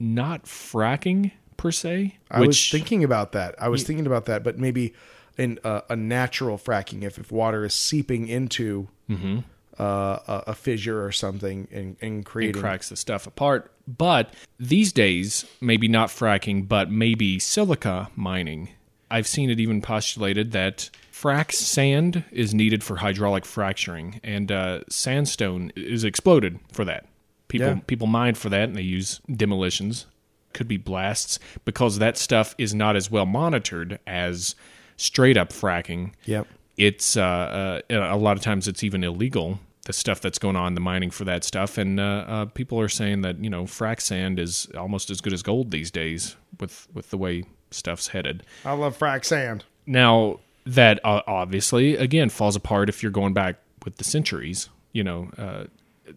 A: not fracking per se
B: I was
A: which
B: thinking about that. I was thinking about that, but maybe in uh, a natural fracking, if, if water is seeping into
A: Mm-hmm.
B: uh, a, a fissure or something and, and creating.
A: cracks the stuff apart but these days maybe not fracking but maybe silica mining i've seen it even postulated that frack sand is needed for hydraulic fracturing and uh, sandstone is exploded for that people
B: Yeah.
A: people mine for that and they use demolitions could be blasts because that stuff is not as well monitored as straight up fracking
B: Yep.
A: it's uh, uh, a lot of times it's even illegal the stuff that's going on the mining for that stuff and uh, uh, people are saying that you know frac sand is almost as good as gold these days with with the way stuff's headed
B: I love frack sand.
A: now that uh, obviously again falls apart if you're going back with the centuries you know uh,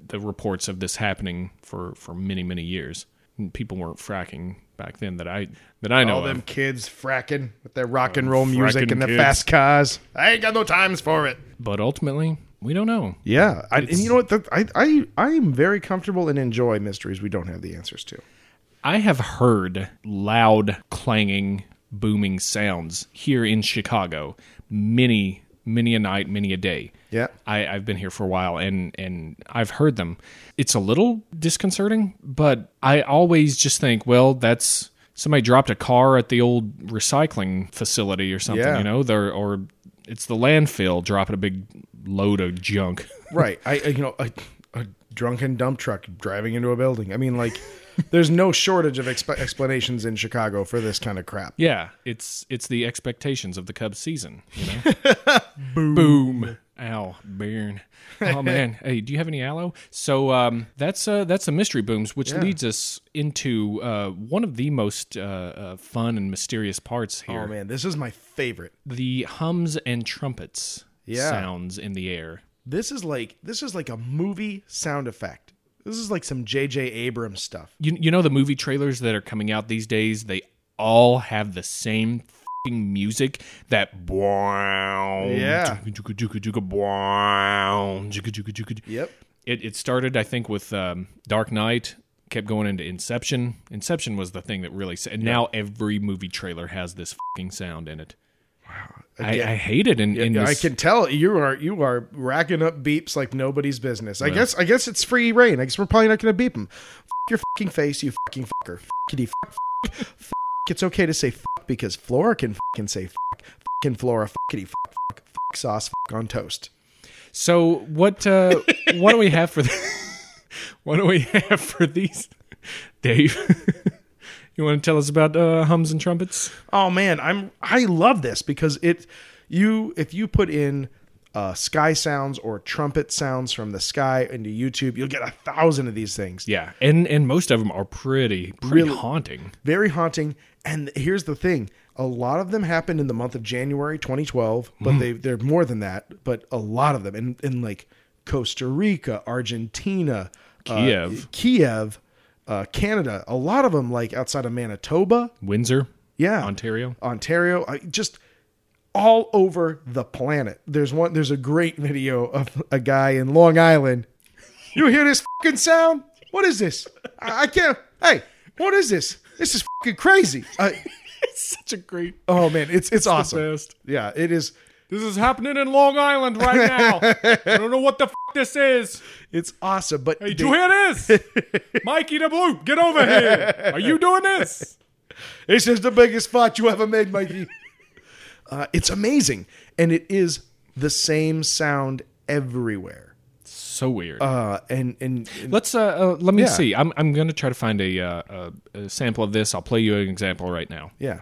A: the reports of this happening for for many many years And people weren't fracking back then that i that i know
B: All
A: of.
B: them kids fracking with their rock and roll music
A: Oh, Uh, fracking
B: and their
A: kids.
B: fast cars. I ain't got no times for it.
A: but ultimately we don't know
B: Yeah. I, and you know what? That, I, I, I am very comfortable and enjoy mysteries we don't have the answers to.
A: I have heard loud, clanging, booming sounds here in Chicago many, many a night, many a day.
B: Yeah.
A: I, I've been here for a while and, and I've heard them. It's a little disconcerting, but I always just think, well, that's somebody dropped a car at the old recycling facility or something,
B: Yeah.
A: you know, there or it's the landfill dropping a big load of junk. <laughs>
B: right i I- you know a, a drunken dump truck driving into a building i mean like there's no shortage of exp- explanations in chicago for this kind of crap
A: Yeah, it's it's the expectations of the Cubs season, you know. <laughs> Boom. Boom. Ow, burn. <laughs> Oh man. Hey, do you have any aloe? So um, that's uh, that's the mystery booms, which leads us into uh, one of the most uh, uh, fun and mysterious parts here:
B: oh man this is my favorite
A: the hums and trumpets
B: Yeah.
A: sounds in the air.
B: this is like this is like a movie sound effect this is like some jj abrams stuff
A: You you know the movie trailers that are coming out these days, they all have the same fing music that
B: Yeah. yep
A: It it started I think with um, Dark Knight, kept going into Inception. Inception was the thing that really sa- and now every movie trailer has this fing sound in it. I, I hate it. In, in
B: Yeah,
A: this,
B: I can tell you are you are racking up beeps like nobody's business. I guess I guess it's free reign. I guess we're probably not going to beep them. F- your fucking face, you fucking fucker. Fuckity fuck. fuck, fuck. It's okay to say fuck because Flora can fucking say fuck. Fucking Flora fuckity fuck fuck fuck sauce fuck on toast.
A: So what uh, what do we have for the, <laughs> what do we have for these, Dave? <laughs> you want to tell us about uh, hums and trumpets?
B: Oh man, I'm I love this because it you if you put in uh, sky sounds or trumpet sounds from the sky into YouTube, you'll get a thousand of these things.
A: Yeah, and and most of them are pretty pretty haunting.
B: very haunting. And here's the thing: a lot of them happened in the month of January 2012, but
A: Mm-hmm.
B: they they're more than that. But a lot of them in in like Costa Rica, Argentina, uh,
A: Kiev.
B: Kiev, uh, Canada. A lot of them like outside of Manitoba,
A: Windsor,
B: yeah,
A: Ontario.
B: Ontario, I, just all over the planet. There's one. There's a great video of a guy in Long Island. You hear this fucking sound? What is this? I, I can't. Hey, what is this? This is fucking crazy. Uh,
A: <laughs> It's such a great
B: oh man, it's it's awesome.
A: best.
B: Yeah, it is.
A: This is happening in Long Island right now. I don't know what the f- this is.
B: It's awesome. But
A: Hey,
B: they-
A: do you hear
B: <laughs>
A: this? Mikey the Blue, get over here. Are you doing this?
B: This is the biggest fight you ever made, Mikey. uh, it's amazing, and it is the same sound everywhere.
A: So weird.
B: Uh, and and, and
A: Let's uh, uh let me
B: Yeah.
A: see. I'm I'm gonna try to find a, uh, a a sample of this. I'll play you an example right now.
B: yeah.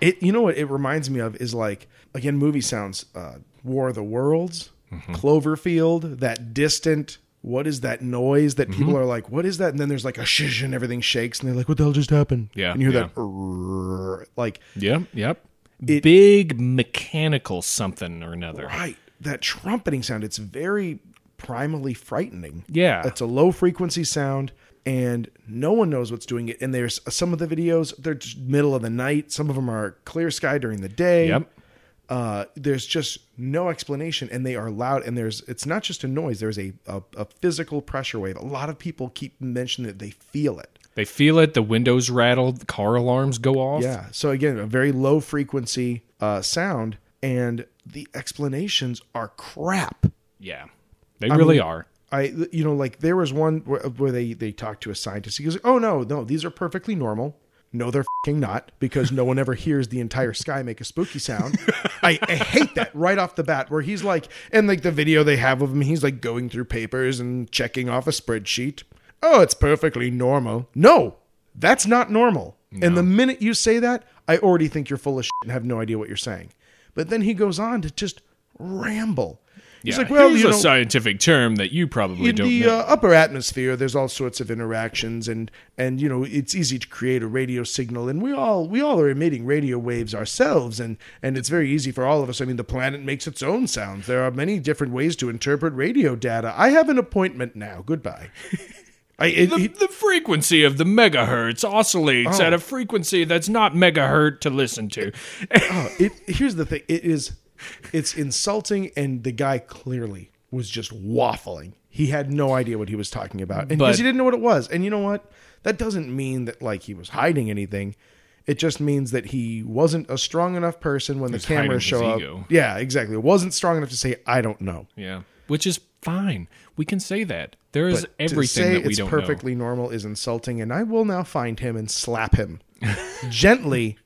B: It you know what it reminds me of is like again movie sounds uh War of the Worlds,
A: Mm-hmm.
B: Cloverfield, that distant what is that noise that
A: Mm-hmm.
B: people are like what is that and then there's like a shh and everything shakes and they're like what the hell just happened?
A: Yeah,
B: And you hear
A: yeah.
B: that "Rrrr," like
A: Yep, yep.
B: It-
A: Big mechanical something or another.
B: right that trumpeting sound it's very primally frightening.
A: Yeah.
B: It's a low frequency sound and no one knows what's doing it and there's some of the videos they're just middle of the night, some of them are clear sky during the day.
A: Yep.
B: uh, there's just no explanation and they are loud and there's it's not just a noise there's a, a, a physical pressure wave a lot of people keep mentioning that they feel it
A: They feel it. The windows rattle. The car alarms go off.
B: yeah so again a very low frequency uh, sound and the explanations are crap
A: Yeah. They really are.
B: I you know like there was one where, where they they talked to a scientist. He goes, "Oh no, no, these are perfectly normal." No, they're fing not because no one ever hears the entire sky make a spooky sound. I, I hate that right off the bat. Where he's like, and like the video they have of him, he's like going through papers and checking off a spreadsheet. Oh, it's perfectly normal. No, that's not normal. And the minute you say that, I already think you're full of shit and have no idea what you're saying. But then he goes on to just ramble. He's
A: yeah.
B: like, well,
A: Here's
B: you
A: a
B: know,
A: scientific term that you probably
B: in
A: don't
B: the
A: know.
B: uh, upper atmosphere there's all sorts of interactions and and you know it's easy to create a radio signal and we all we all are emitting radio waves ourselves and and it's very easy for all of us i mean the planet makes its own sounds there are many different ways to interpret radio data i have an appointment now goodbye <laughs> I, it,
A: the,
B: it-
A: the frequency of the megahertz oscillates
B: Oh.
A: at a frequency that's not megahertz to listen
B: <laughs>
A: to.
B: oh, it- here's the thing it is it's insulting and the guy clearly was just waffling he had no idea what he was talking about and
A: But-
B: because he didn't know what it was and you know what that doesn't mean that like he was hiding anything it just means that he wasn't a strong enough person when the
A: hiding
B: cameras
A: his
B: show
A: ego.
B: up yeah exactly wasn't strong enough to say i don't know
A: yeah. Which is fine. We can say that. There
B: But
A: is
B: to
A: everything
B: say
A: that we
B: it's
A: don't know.
B: perfectly normal is insulting and i will now find him and slap him <laughs> gently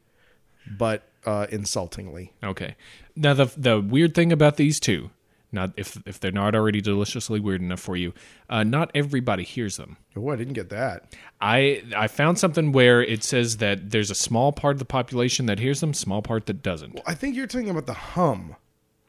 B: but uh insultingly
A: Okay. Now the the weird thing about these two, Not if if they're not already deliciously weird enough for you. Uh, not everybody hears them.
B: Oh, I didn't get that.
A: I I found something where it says that there's a small part of the population that hears them, small part that doesn't.
B: I think you're talking about the hum,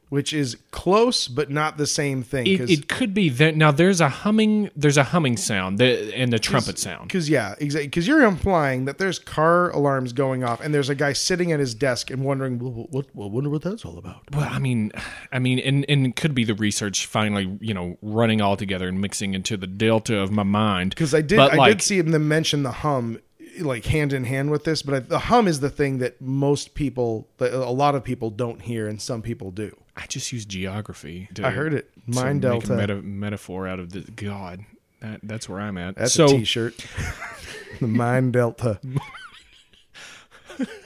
B: which is close but not the same thing.
A: it, it could be that now there's a humming there's a humming sound the, and the trumpet sound
B: Because yeah, exactly. Because you're implying that there's car alarms going off, and there's a guy sitting at his desk and wondering, well, what, what, well, wonder what that's all about.
A: well i mean i mean and, and it could be the research finally you know running all together and mixing into the delta of my mind
B: Because I did,
A: but
B: I
A: like
B: did see them mention the hum, like hand in hand with this. But I, the hum is the thing that most people, that a lot of people, don't hear, and some people do.
A: i just use geography to,
B: I heard it.
A: to
B: Mind
A: make a
B: delta.
A: meta- metaphor out of the god that, that's where i'm at
B: that's
A: so
B: a t-shirt. <laughs> the mind delta.
A: <laughs>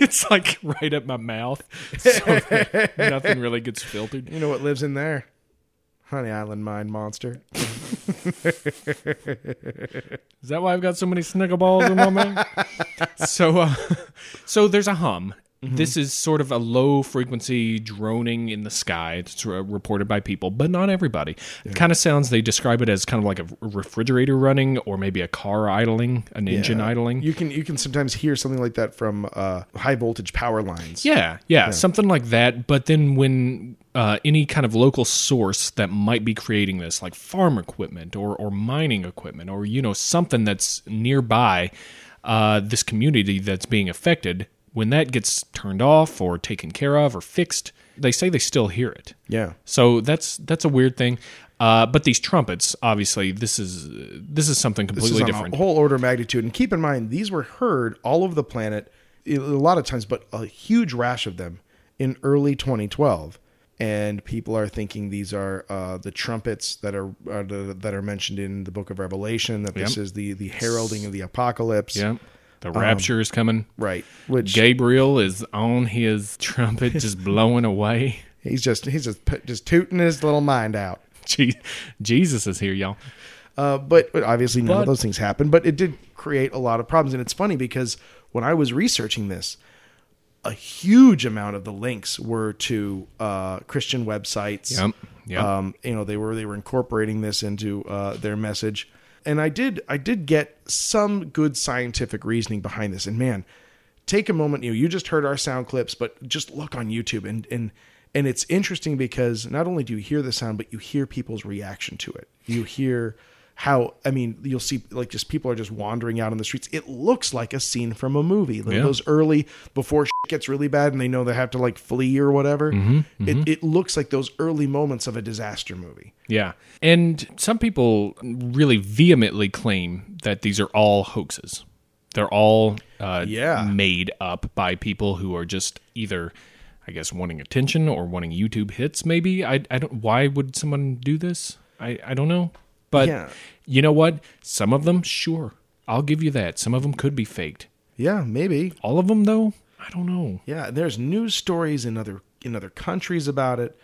A: it's like right at my mouth <laughs> so that nothing really gets filtered
B: You know what lives in there? Honey Island mind monster.
A: Is that why I've got so many snuggle balls in my
B: <laughs>
A: mouth? so, uh, so there's a hum.
B: Mm-hmm.
A: This is sort of a low frequency droning in the sky. It's re- reported by people, but not everybody. It kind of sounds. They describe it as kind of like a refrigerator running, or maybe a car idling, an engine idling.
B: Uh, You can you can sometimes hear something like that from uh, high voltage power lines.
A: Yeah, yeah, something like that. But then when uh, any kind of local source that might be creating this, like farm equipment or or mining equipment, or you know something that's nearby uh, this community that's being affected, when that gets turned off or taken care of or fixed, they say they still hear it.
B: Yeah.
A: So that's that's a weird thing. Uh, but these trumpets, obviously, this is this is something
B: This
A: completely
B: is on
A: different.
B: a whole order of magnitude. And keep in mind, these were heard all over the planet a lot of times, but a huge rash of them in early 2012. And people are thinking these are uh, the trumpets that are, are the, that are mentioned in the Book of Revelation. That this
A: Yep.
B: is the the heralding of the apocalypse.
A: yeah, the
B: Um,
A: rapture is coming.
B: Right. Which
A: Gabriel is on his <laughs> trumpet, just blowing away. <laughs>
B: he's just he's just put- just tooting his little mind out.
A: Je- Jesus is here, y'all.
B: Uh, but, but obviously none
A: But-
B: of those things happened. But it did create a lot of problems, and it's funny because when I was researching this, a huge amount of the links were to uh, Christian websites.
A: Yep, yep.
B: Um, you know they were they were incorporating this into uh, their message, and I did I did get some good scientific reasoning behind this. And man, take a moment. You know, you just heard our sound clips, but just look on YouTube and and. And it's interesting because not only do you hear the sound, but you hear people's reaction to it. You hear how I mean, you'll see like just people are just wandering out on the streets. It looks like a scene from a movie. Like
A: Yeah.
B: those early before shit gets really bad and they know they have to like flee or whatever.
A: Mm-hmm,
B: It, it looks like those early moments of a disaster movie.
A: Yeah. And some people really vehemently claim that these are all hoaxes. They're all uh,
B: Yeah.
A: made up by people who are just either, I guess, wanting attention or wanting YouTube hits, maybe. I, I don't, why would someone do this? I, I don't know. But
B: Yeah.
A: you know what? Some of them, sure. I'll give you that. Some of them could be faked.
B: Yeah, maybe.
A: All of them, though, I don't know.
B: Yeah, there's news stories in other in other countries about it.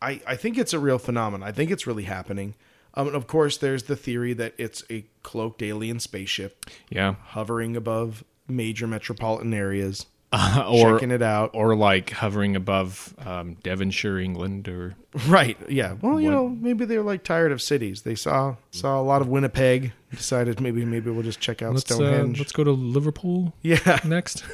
B: I, I think it's a real phenomenon. I think it's really happening. Um, and of course, there's the theory that it's a cloaked alien spaceship
A: <laughs> Yeah.
B: hovering above major metropolitan areas,
A: or
B: checking it out.
A: Uh, or like hovering above um, Devonshire, England, or
B: Right. Yeah. Well, you know, maybe they were like tired of cities. They saw saw a lot of Winnipeg. Decided maybe maybe we'll just check out
A: let's uh,
B: Stonehenge.
A: let's go to Liverpool
B: <laughs> yeah.
A: next.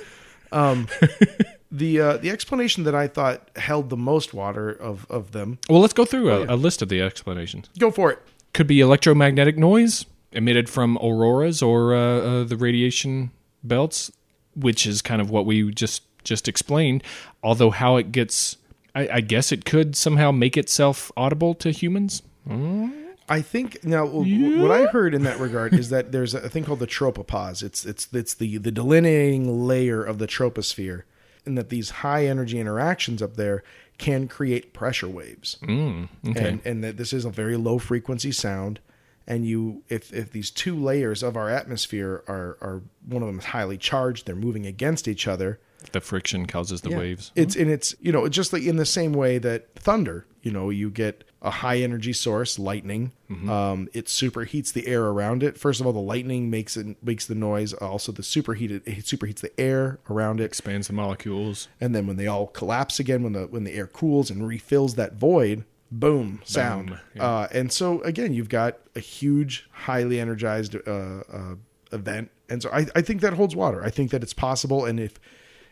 B: The uh, the explanation that I thought held the most water of of them.
A: <laughs> Well, let's go through a, a list of the explanations.
B: Go for it.
A: Could be electromagnetic noise emitted from auroras or uh, uh, the radiation belts, which is kind of what we just just explained. Although how it gets, I, I guess it could somehow make itself audible to humans. Hmm.
B: I think now w- w- what I heard in that regard is that there's a thing called the tropopause. It's it's it's the the delineating layer of the troposphere, and that these high energy interactions up there can create pressure waves. Mm,
A: okay.
B: And and that this is a very low frequency sound, and you if if these two layers of our atmosphere are are one of them is highly charged, they're moving against each other.
A: The friction causes the waves.
B: It's and it's you know just like in the same way that thunder, you know, you get a high energy source, lightning. Um, it superheats the air around it. First of all, the lightning makes it makes the noise. Also, the superheated it superheats the air around it
A: Expands the molecules.
B: and then when they all collapse again when the when the air cools and refills that void boom sound uh, and so again you've got a huge highly energized uh, uh, event and so I, I think that holds water i think that it's possible and if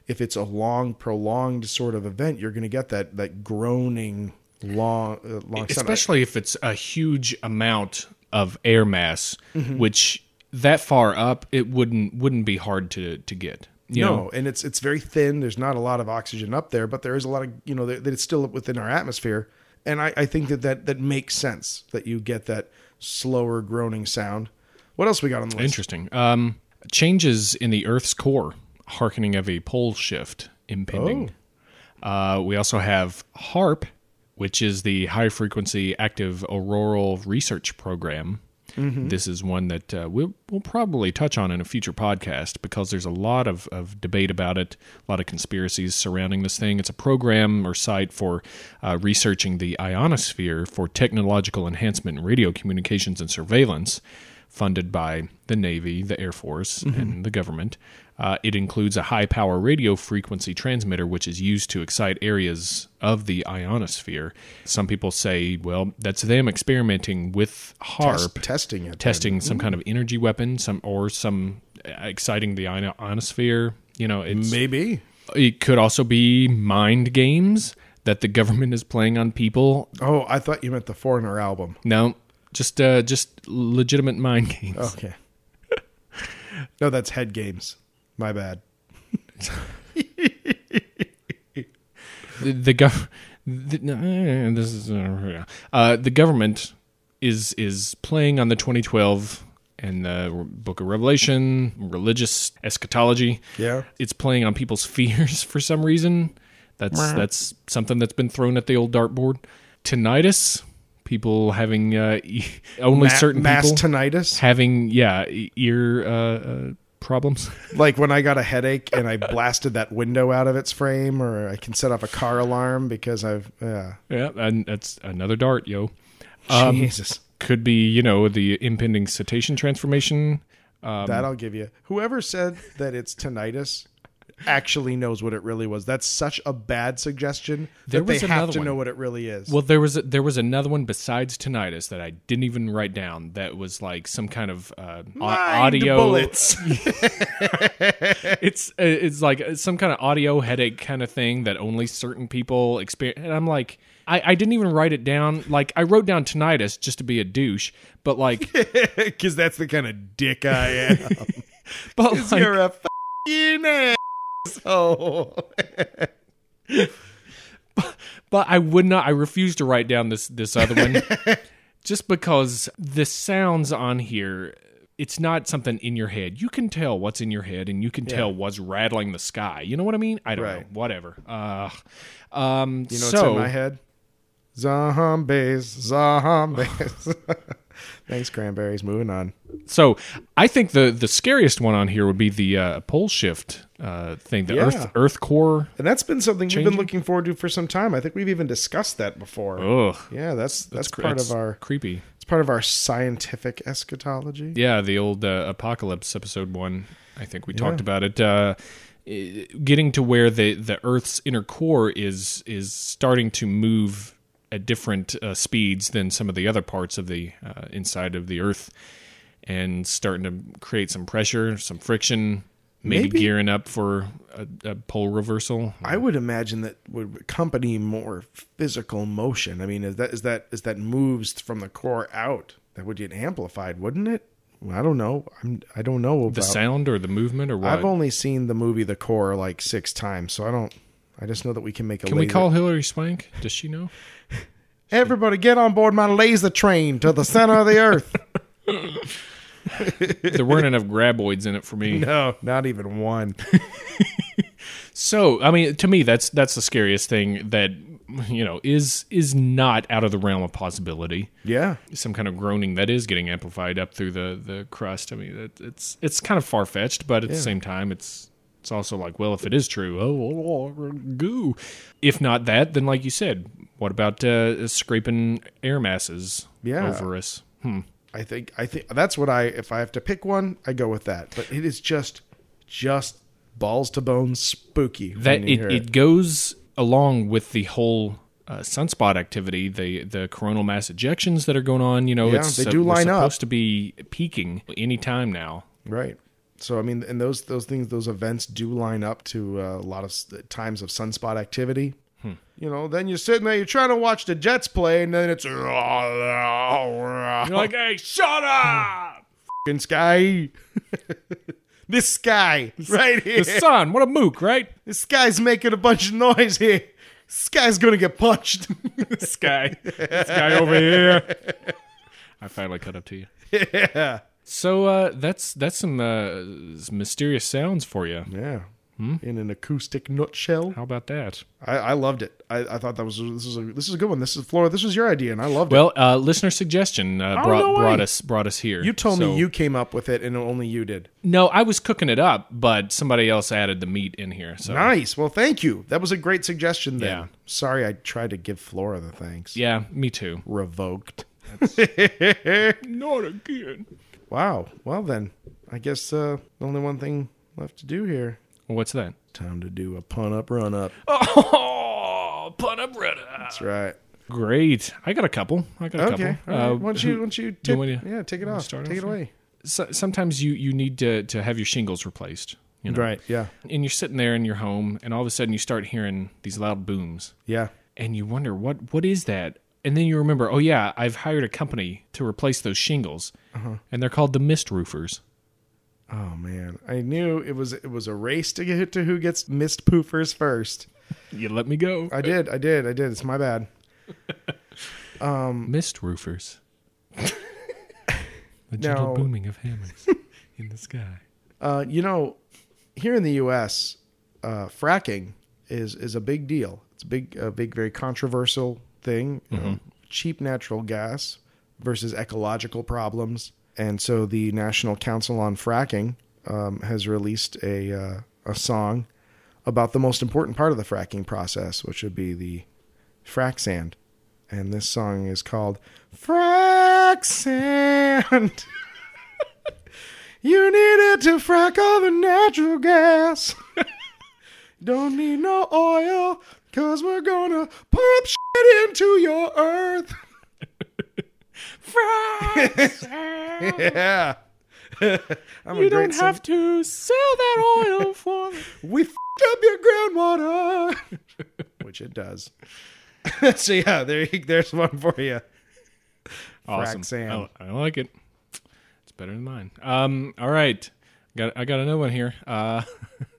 B: if it's a long prolonged sort of event you're going to get that that groaning long uh, long
A: E-,
B: sound.
A: especially if it's a huge amount of air mass,
B: Mm-hmm.
A: which that far up it wouldn't wouldn't be hard to to get. You
B: no,
A: know,
B: and it's it's very thin. There's not a lot of oxygen up there, but there is a lot of you know that, that it's still within our atmosphere. And I, I think that, that that makes sense that you get that slower groaning sound. What else we got on the list?
A: interesting. Um, changes in the Earth's core, hearkening of a pole shift impending. Uh, we also have HARP, which is the High Frequency Active Auroral Research Program. This is one that uh, we'll, we'll probably touch on in a future podcast because there's a lot of, of debate about it, a lot of conspiracies surrounding this thing. It's a program or site for uh, researching the ionosphere for technological enhancement in radio communications and surveillance, funded by the Navy, the Air Force, and the government. Uh, it includes a high power radio frequency transmitter, which is used to excite areas of the ionosphere. Some people say, well, that's them experimenting with HARP
B: Test- testing it.
A: testing some kind of energy weapon, some or some uh, exciting the iono- ionosphere. You know, it's,
B: Maybe.
A: it could also be mind games that the government is playing on people.
B: Oh, I thought you meant the Foreigner album.
A: No, just uh, just legitimate mind games. <laughs>
B: Okay. no, that's Head Games. My bad.
A: The, the gov- the, no, eh, this is uh, uh, the government is is playing on the 2012 and the Book of Revelation, religious eschatology.
B: Yeah.
A: it's playing on people's <laughs> fears for some reason. That's that's something that's been thrown at the old dartboard. Tinnitus, people having uh, e- only
B: Ma-
A: certain
B: mass
A: people
B: tinnitus.
A: having yeah e- ear uh, uh, problems. <laughs>
B: Like when I got a headache and I blasted that window out of its frame, or I can set off a car alarm because I've yeah.
A: yeah, and that's another dart, yo. Um,
B: Jesus.
A: Could be you know the impending cetacean transformation. Um,
B: that I'll give you. Whoever said that it's tinnitus actually knows what it really was. That's such a bad suggestion
A: There
B: that they
A: was
B: have
A: another
B: to
A: one.
B: know what it really is. <laughs>
A: Well, there was there was another one besides tinnitus that I didn't even write down. That was like some kind of uh, au-
B: Mind
A: audio
B: bullets.
A: <laughs>
B: <laughs>
A: it's uh, it's like some kind of audio headache kind of thing that only certain people experience. And I'm like, I, I didn't even write it down. Like I wrote down tinnitus just to be a douche, but like, <laughs>
B: Because that's the kind of dick I am.
A: but like,
B: You're a f***ing asshole. <laughs>
A: but I would not. I refuse to write down this this other
B: <laughs>
A: one just because the sounds on here. It's not something in your head. You can tell what's in your head, and you can tell what's rattling the sky. You know what I mean? I don't know.
B: Right.
A: Whatever. Uh, um,
B: You know
A: so
B: what's in my head? Zombies, zombies. <laughs> Thanks, Cranberries. Moving on.
A: So I think the the scariest one on here would be the uh, pole shift uh, thing, the
B: Yeah.
A: Earth Earth core.
B: And that's been something we've
A: Changing?
B: been looking forward to for some time. I think we've even discussed that before.
A: Ugh,
B: Yeah, that's that's,
A: cre-
B: part
A: that's
B: of our
A: creepy.
B: it's part of our scientific eschatology.
A: Yeah, the old uh, apocalypse episode one. I think we talked about it. Uh, i- getting to where the the Earth's inner core is is starting to move at different uh, speeds than some of the other parts of the uh, inside of the Earth, and starting to create some pressure, some friction. Maybe,
B: Maybe-
A: gearing up for a, a pole reversal.
B: I would imagine that would accompany more physical motion. I mean, is that is that is that moves from the core out that would get amplified, wouldn't it? Well, I don't know. I'm I don't know about.
A: the sound or the movement or what?
B: I've only seen the movie The Core like six times, so I don't. I just know that we can make a.
A: Can we
B: laser-
A: call Hillary Swank? Does she know?
B: everybody get on board my laser train to the center of
A: <laughs>
B: the earth?
A: there
B: <laughs>
A: weren't enough graboids in it for me.
B: No, not even one.
A: So, I mean, to me, that's that's the scariest thing that you know, is is not out of the realm of possibility.
B: Yeah.
A: Some kind of groaning that is getting amplified up through the the crust. I mean, it, it's it's kind of far fetched, but at the same time, it's it's also like, well, if it is true, oh, oh, oh, goo. If not that, then like you said, what about uh, scraping air masses
B: Yeah.
A: over us? Hmm.
B: I think I think that's what I if I have to pick one, I go with that. But it is just just balls to bones spooky. when
A: that
B: you
A: it,
B: hear
A: it. goes along with the whole uh, sunspot activity, the the coronal mass ejections that are going on. You know,
B: Yeah,
A: it's
B: they
A: uh,
B: do
A: we're
B: line up.
A: supposed to be peaking any time now.
B: Right. So I mean, and those those things, those events do line up to uh, a lot of s- times of sunspot activity.
A: Hmm.
B: You know, then you're sitting there, you're trying to watch the Jets play, and then it's <laughs> Oh.
A: You're like, hey, shut up!
B: Ah! "F***ing sky. <laughs> this sky right here.
A: The sun, what a mook, right?
B: This guy's making a bunch of noise here. This guy's gonna get punched.
A: <laughs> This <laughs> guy, this guy over here. I finally cut up to you.
B: <laughs> yeah.
A: So uh, that's that's some uh, mysterious sounds for you.
B: Yeah. In an acoustic nutshell.
A: How about that?
B: Hmm? I, I loved it. I, I thought that was this is a this is a good one. This is Flora. This was your idea, and I loved it.
A: Well, uh, listener suggestion uh,
B: Oh,
A: brought
B: no way.
A: brought us brought us here.
B: You told
A: So-
B: me you came up with it, and only you did.
A: No, I was cooking it up, but somebody else added the meat in here. So
B: Nice. Well, thank you. That was a great suggestion. Then.
A: Yeah.
B: Sorry, I tried to give Flora the thanks.
A: yeah, me too.
B: Revoked.
A: Not again.
B: Wow. Well, then, I guess uh, the only one thing left to do here.
A: What's that?
B: Time to do a pun up, run up.
A: Oh, pun up, Reddit.
B: That's right.
A: Great. I got a couple. I got a
B: Okay.
A: couple.
B: All right.
A: Uh,
B: why don't you? Why don't you?
A: you
B: Take,
A: want me to-
B: yeah. Take it off.
A: start
B: Take
A: off?
B: it away.
A: so, sometimes you you need to to have your shingles replaced. You know?
B: Right. Yeah.
A: And you're sitting there in your home, and all of a sudden you start hearing these loud booms,
B: Yeah.
A: and you wonder what what is that. And then you remember, oh yeah, I've hired a company to replace those shingles,
B: Uh-huh.
A: and they're called the Mist Roofers.
B: Oh man, I knew it was it was a race to get to who gets missed poofers first.
A: You let me go,
B: I did. I did. I did. It's my bad.
A: Mist roofers. <laughs> the
B: gentle Now- booming
A: of <laughs> hammers in the sky.
B: Uh, you know, here in the U.S., uh, fracking is is a big deal. It's a big, a big, very controversial thing. you know, cheap natural gas versus ecological problems, and so the National Council on Fracking um, has released a uh, a song about the most important part of the fracking process, which would be the frac sand. And this song is called Frac Sand. <laughs> You need it to frack all the natural gas. <laughs> Don't need no oil, cause we're gonna pump shit into your earth. <laughs> Yeah. <laughs> I'm a
A: you
B: great
A: don't
B: singer.
A: have to sell that
B: <laughs>
A: oil for.
B: We fed up your groundwater. <laughs> Which it does. <laughs> so yeah, there you, there's one for you.
A: awesome.
B: sand.
A: I, I like it. It's better than mine. Um. All right. Got I got another one here. Uh,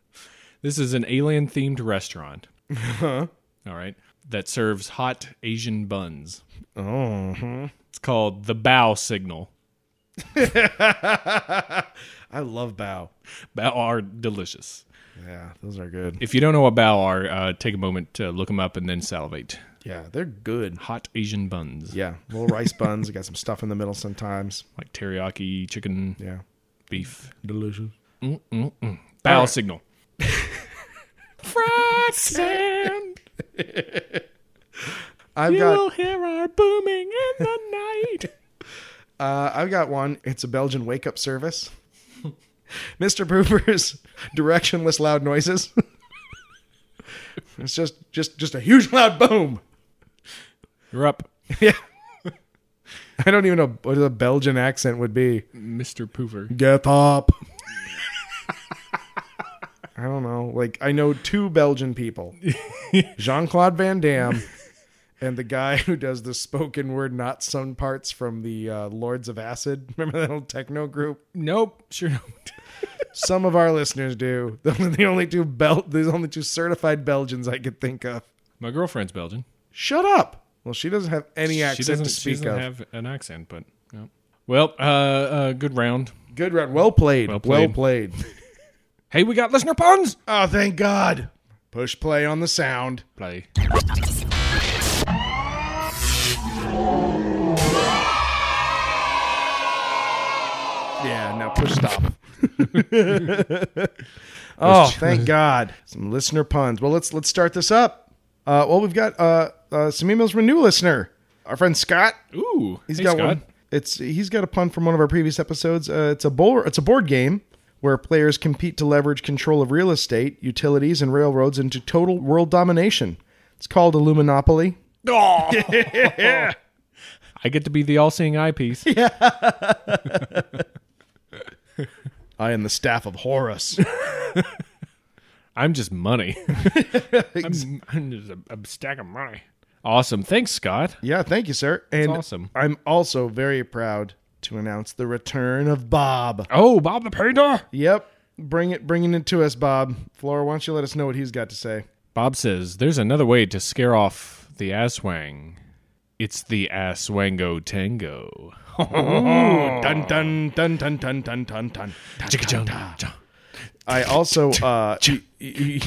A: <laughs> this is an alien themed restaurant.
B: Uh-huh.
A: All right. That serves hot Asian buns.
B: Oh.
A: It's called the Bow Signal.
B: <laughs> I love bow.
A: Bow are delicious.
B: Yeah, those are good.
A: If you don't know what bao are, uh, take a moment to look them up and then salivate.
B: Yeah, they're good.
A: Hot Asian buns,
B: Yeah, little rice buns. Got some stuff in the middle sometimes.
A: like teriyaki, chicken,
B: Yeah.
A: beef.
B: Delicious.
A: Bao
B: right. <laughs>
A: signal. Fried sand,
B: I've
A: you'll
B: got
A: hear our oh, booming in the night.
B: uh, I've got one. It's a Belgian wake up service. <laughs> Mr. Pooper's <laughs> directionless loud noises. <laughs> it's just just just a huge loud boom.
A: You're up,
B: Yeah. I don't even know what a Belgian accent would be.
A: Mr. Poover.
B: Get up. <laughs> I don't know. Like I know two
A: <laughs>
B: Belgian people. Jean-Claude Van Damme and the guy who does the spoken word not sung parts from the uh, Lords of Acid. <laughs> Remember that old techno group?
A: Nope, sure don't.
B: Some of our listeners do. <laughs> Those are the only two Bel- there's only two certified Belgians I could think of.
A: My girlfriend's Belgian.
B: Shut up. Well, she doesn't have any
A: she
B: accent
A: doesn't,
B: to
A: she
B: speak
A: doesn't
B: of.
A: have an accent, but no. Well, uh, uh, good round.
B: Good round. Well played.
A: Well
B: Well
A: played.
B: played.
A: <laughs> Hey, we got listener puns.
B: oh, thank God. Push play on the sound.
A: Play.
B: now push stop. <laughs> oh, thank God! Some listener puns. Well, let's let's start this up. Uh, well, we've got uh, uh, some emails from a new listener. Our friend Scott.
A: Ooh,
B: He's
A: hey,
B: got
A: Scott.
B: one. It's he's got a pun from one of our previous episodes. Uh, it's a board it's a board game where players compete to leverage control of real estate, utilities, and railroads into total world domination. It's called Illumonopoly. <laughs>
A: I get to be the all-seeing eyepiece.
B: I am the staff of Horus.
A: I'm just money.
B: <laughs>
A: I'm, I'm <laughs> just a, a stack of money. Awesome. Thanks, Scott.
B: yeah, thank you, sir. And
A: awesome.
B: I'm also very proud to announce the return of Bob.
A: Oh, Bob the Painter.
B: Yep. Bring it bringing it to us, Bob. Flora, why don't you let us know what he's got to say?
A: Bob says there's another way to scare off the asswang. It's the asswango tango.
B: Dun dun dun dun dun dun dun dun.
C: <laughs>
A: Chicka-chung.
B: I <laughs> also uh, y- y-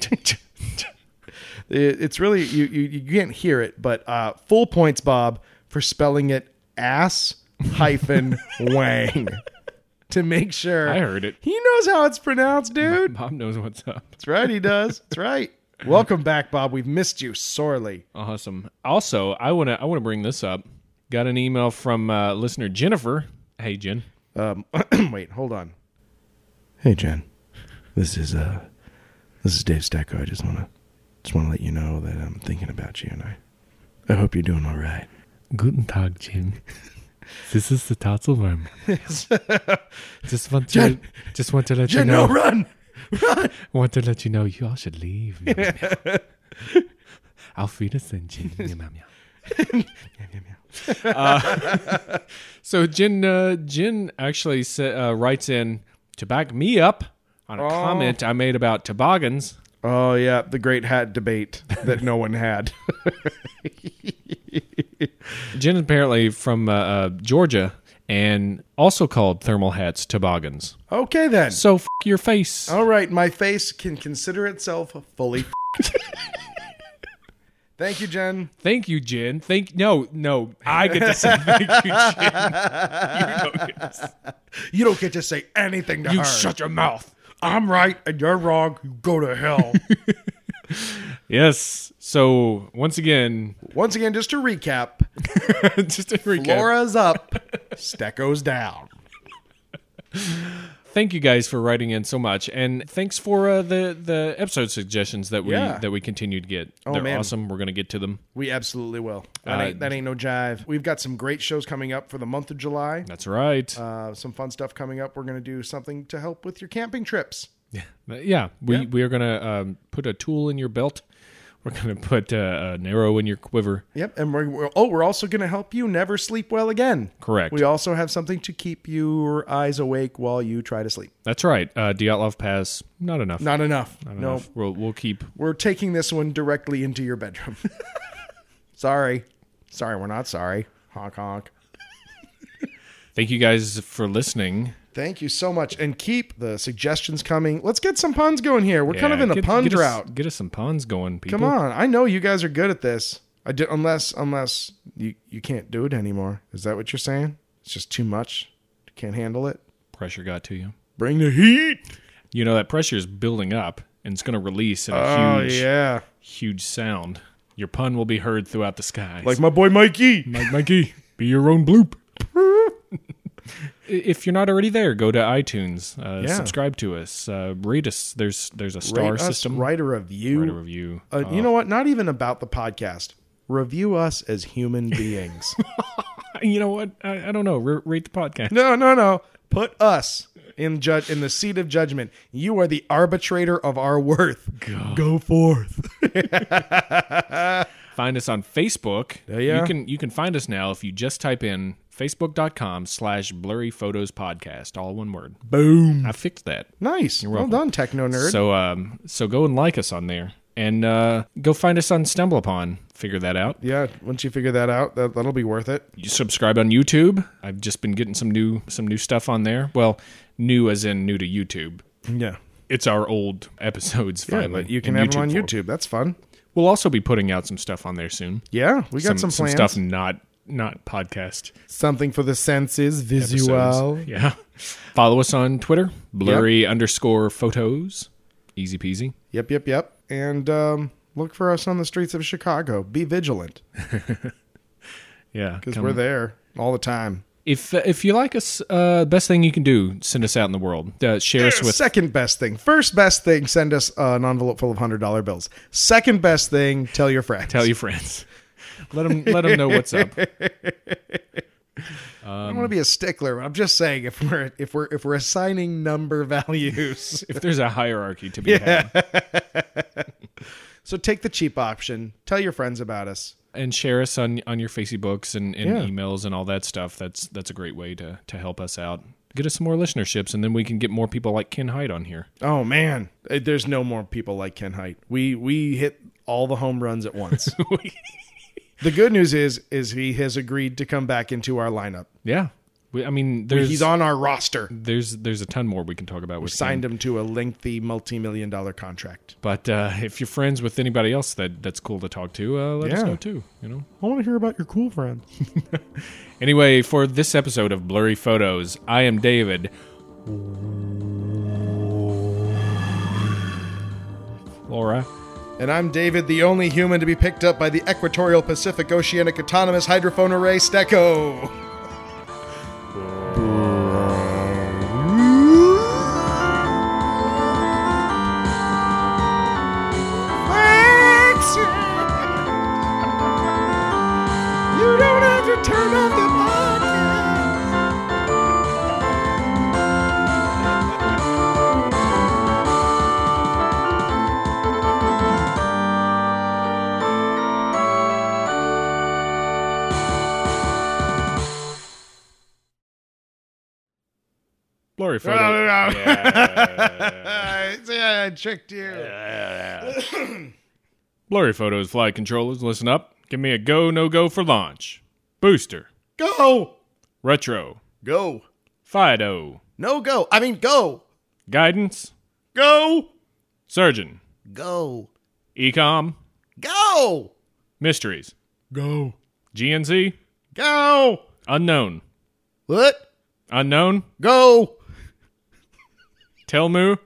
B: It- it's really you, you you can't hear it, but uh, full points, Bob, for spelling it ass <laughs> hyphen wang to make sure
A: I heard it.
B: He knows how it's pronounced, dude.
A: <laughs> Bob knows what's up.
B: That's right, he does. That's right. <laughs> Welcome back, Bob. We've missed you sorely.
A: Awesome. Also, I wanna I wanna bring this up. Got an email from uh, listener Jennifer. Hey, Jen.
B: Um, <clears throat> wait, hold on. Hey, Jen. This is uh, this is Dave Stecco. I just wanna just wanna let you know that I'm thinking about you, and I I hope you're doing all right.
C: Guten Tag,
A: <laughs>
C: Jim. This is the Tatzelwurm. just want to
B: Jen-
C: just want to let you know.
B: no, run.
C: Want to let you know you all should leave. Meow, meow, meow. Auf Wiedersehen, Jim. Meow, meow, meow.
A: Uh, So Jen uh, Jen actually sa- uh, writes in to back me up on a comment I made about toboggans.
B: Oh yeah, the great hat debate that no one had.
A: Jen is apparently from uh, uh, Georgia and also called thermal hats toboggans.
B: <laughs> okay then.
A: So f- your face.
B: All right, my face can consider itself fully. <laughs> f***ed. Thank you, Jen.
A: Thank you, Jen. Thank no, no. I get to say thank you, Jen. You, don't get to say-
B: You don't get to say anything to
A: you
B: her.
A: shut your mouth.
B: I'm right and you're wrong. You go to <laughs> hell.
A: Yes. So once again, <laughs>
B: Once again, just to recap,
A: just to recap.
B: Laura's up, <laughs> Stecco's down.
A: thank you guys for writing in so much, and thanks for uh, the the episode suggestions that we
B: Yeah. Oh,
A: that we continue to get. They're
B: man.
A: awesome. We're gonna get to them.
B: We absolutely will. That,
A: Uh,
B: ain't, that ain't no jive. We've got some great shows coming up for the month of July.
A: That's right.
B: Uh, some fun stuff coming up. We're going to do something to help with your camping trips.
A: <laughs> But yeah, we we are gonna um, put a tool in your belt. We're gonna put uh, an arrow in your quiver.
B: Yep, and we're, we're oh, we're also going to help you never sleep well again.
A: Correct.
B: We also have something to keep your eyes awake while you try to sleep.
A: That's right. Uh, Dyatlov Pass. Not enough.
B: Not enough.
A: Not
B: no,
A: enough. We'll we'll keep.
B: we're taking this one directly into your
A: <laughs>
B: bedroom. sorry, sorry, we're not sorry. Honk honk.
A: Thank you guys for listening.
B: Thank you so much, and keep the suggestions coming. Let's get some puns going here. We're kind of
A: Yeah,
B: in a
A: get-
B: pun
A: get us-
B: drought.
A: get us some puns going, people.
B: Come on, I know you guys are good at this. I did, unless unless you you can't do it anymore. Is that what you're saying? It's just too much. Can't handle it.
A: Pressure got to you.
B: Bring the heat.
A: You know that pressure is building up, and it's going to release in a
B: Oh
A: huge,
B: yeah,
A: huge sound. Your pun will be heard throughout the skies.
B: like my boy Mikey.
A: Mike Mikey, be your own bloop. <laughs> if you're not already there, go to iTunes. Uh,
B: Yeah.
A: Subscribe to us. Uh, rate us. There's there's a star
B: Rate us,
A: system.
B: write a review.
A: Write a review.
B: Uh, you know what? Not even about the podcast. Review us as human <laughs> beings.
A: you know what? I, I don't know. Ra- rate the podcast.
B: no, no, no. Put us in judge in the seat of judgment. You are the arbitrator of our worth. Go, forth.
A: Find us on Facebook.
B: yeah.
A: You can you can find us now if you just type in facebook.com slash blurry photos podcast all one word
B: Boom.
A: i fixed that
B: Nice. Well
A: welcome.
B: done, techno nerd.
A: So um, so go and like us on there, and uh, go find us on StumbleUpon. Figure that out.
B: yeah, once you figure that out, that, that'll be worth it.
A: You subscribe on YouTube. I've just been getting some new some new stuff on there. Well, new as in new to YouTube.
B: Yeah.
A: It's our old episodes
B: Yeah,
A: finally.
B: but you can
A: in
B: have them on
A: form.
B: YouTube. That's fun.
A: We'll also be putting out some stuff on there soon.
B: Yeah, we got some,
A: some
B: plans.
A: stuff not not podcast
B: Something for the senses,
A: episodes.
B: visual.
A: Yeah. <laughs> Follow us on Twitter, blurry underscore photos. Easy peasy.
B: Yep, yep, yep. And um, look for us on the streets of Chicago. Be vigilant
A: Yeah.
B: because
A: come-
B: we're there all the time.
A: If if you like us, uh, best thing you can do, send us out in the world. Uh, share us with
B: Second best thing. First best thing, send us uh, an envelope full of $100 bills. Second best thing, tell your friends.
A: tell your friends. Let them let them know what's up.
B: I don't want to be a stickler, but I'm just saying if we're if we're if we're assigning number <laughs> values.
A: If there's a hierarchy to be had,
B: so take the cheap option. Tell your friends about us.
A: and share us on on your Facebooks and, and
B: Yeah.
A: emails and all that stuff. That's that's a great way to to help us out. Get us some more listenerships, and then we can get more people like Ken Hyde on here.
B: Oh man, Eh, there's no more people like Ken Height. We we hit all the home runs at <laughs> once. the good news is is he has agreed to come back into our lineup.
A: Yeah, we, I mean, there's
B: He's on our roster.
A: there's there's a ton more we can talk about with Ken.
B: Signed him to a lengthy multi-million dollar contract.
A: But uh, if you're friends with anybody else that that's cool to talk to, uh, let us
B: Yeah.
A: know too. You know.
B: I want to hear about your cool friend.
A: Anyway, for this episode of Blurry Photos, I am David. Laura.
B: And I'm David, the only human to be picked up by the Equatorial Pacific Oceanic Autonomous Hydrophone Array Stecco. You don't have to turn off the podcast.
A: Blurry Photos.
B: See, I tricked you.
A: Blurry Photos flight controllers, listen up. Give me a go, no go for launch. Booster.
B: Go,
A: Retro.
B: go,
A: Fido.
B: no go. I mean, go,
A: Guidance.
B: go,
A: Surgeon.
B: go,
A: Ecom.
B: go,
A: Mysteries.
B: go,
A: GNC.
B: go.
A: Unknown.
B: What?
A: Unknown.
B: Go,
A: Telmu.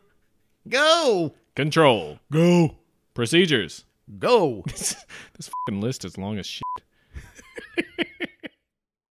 B: go,
A: Control.
B: go,
A: Procedures. <laughs>
B: go.
A: this fucking list is long as shit.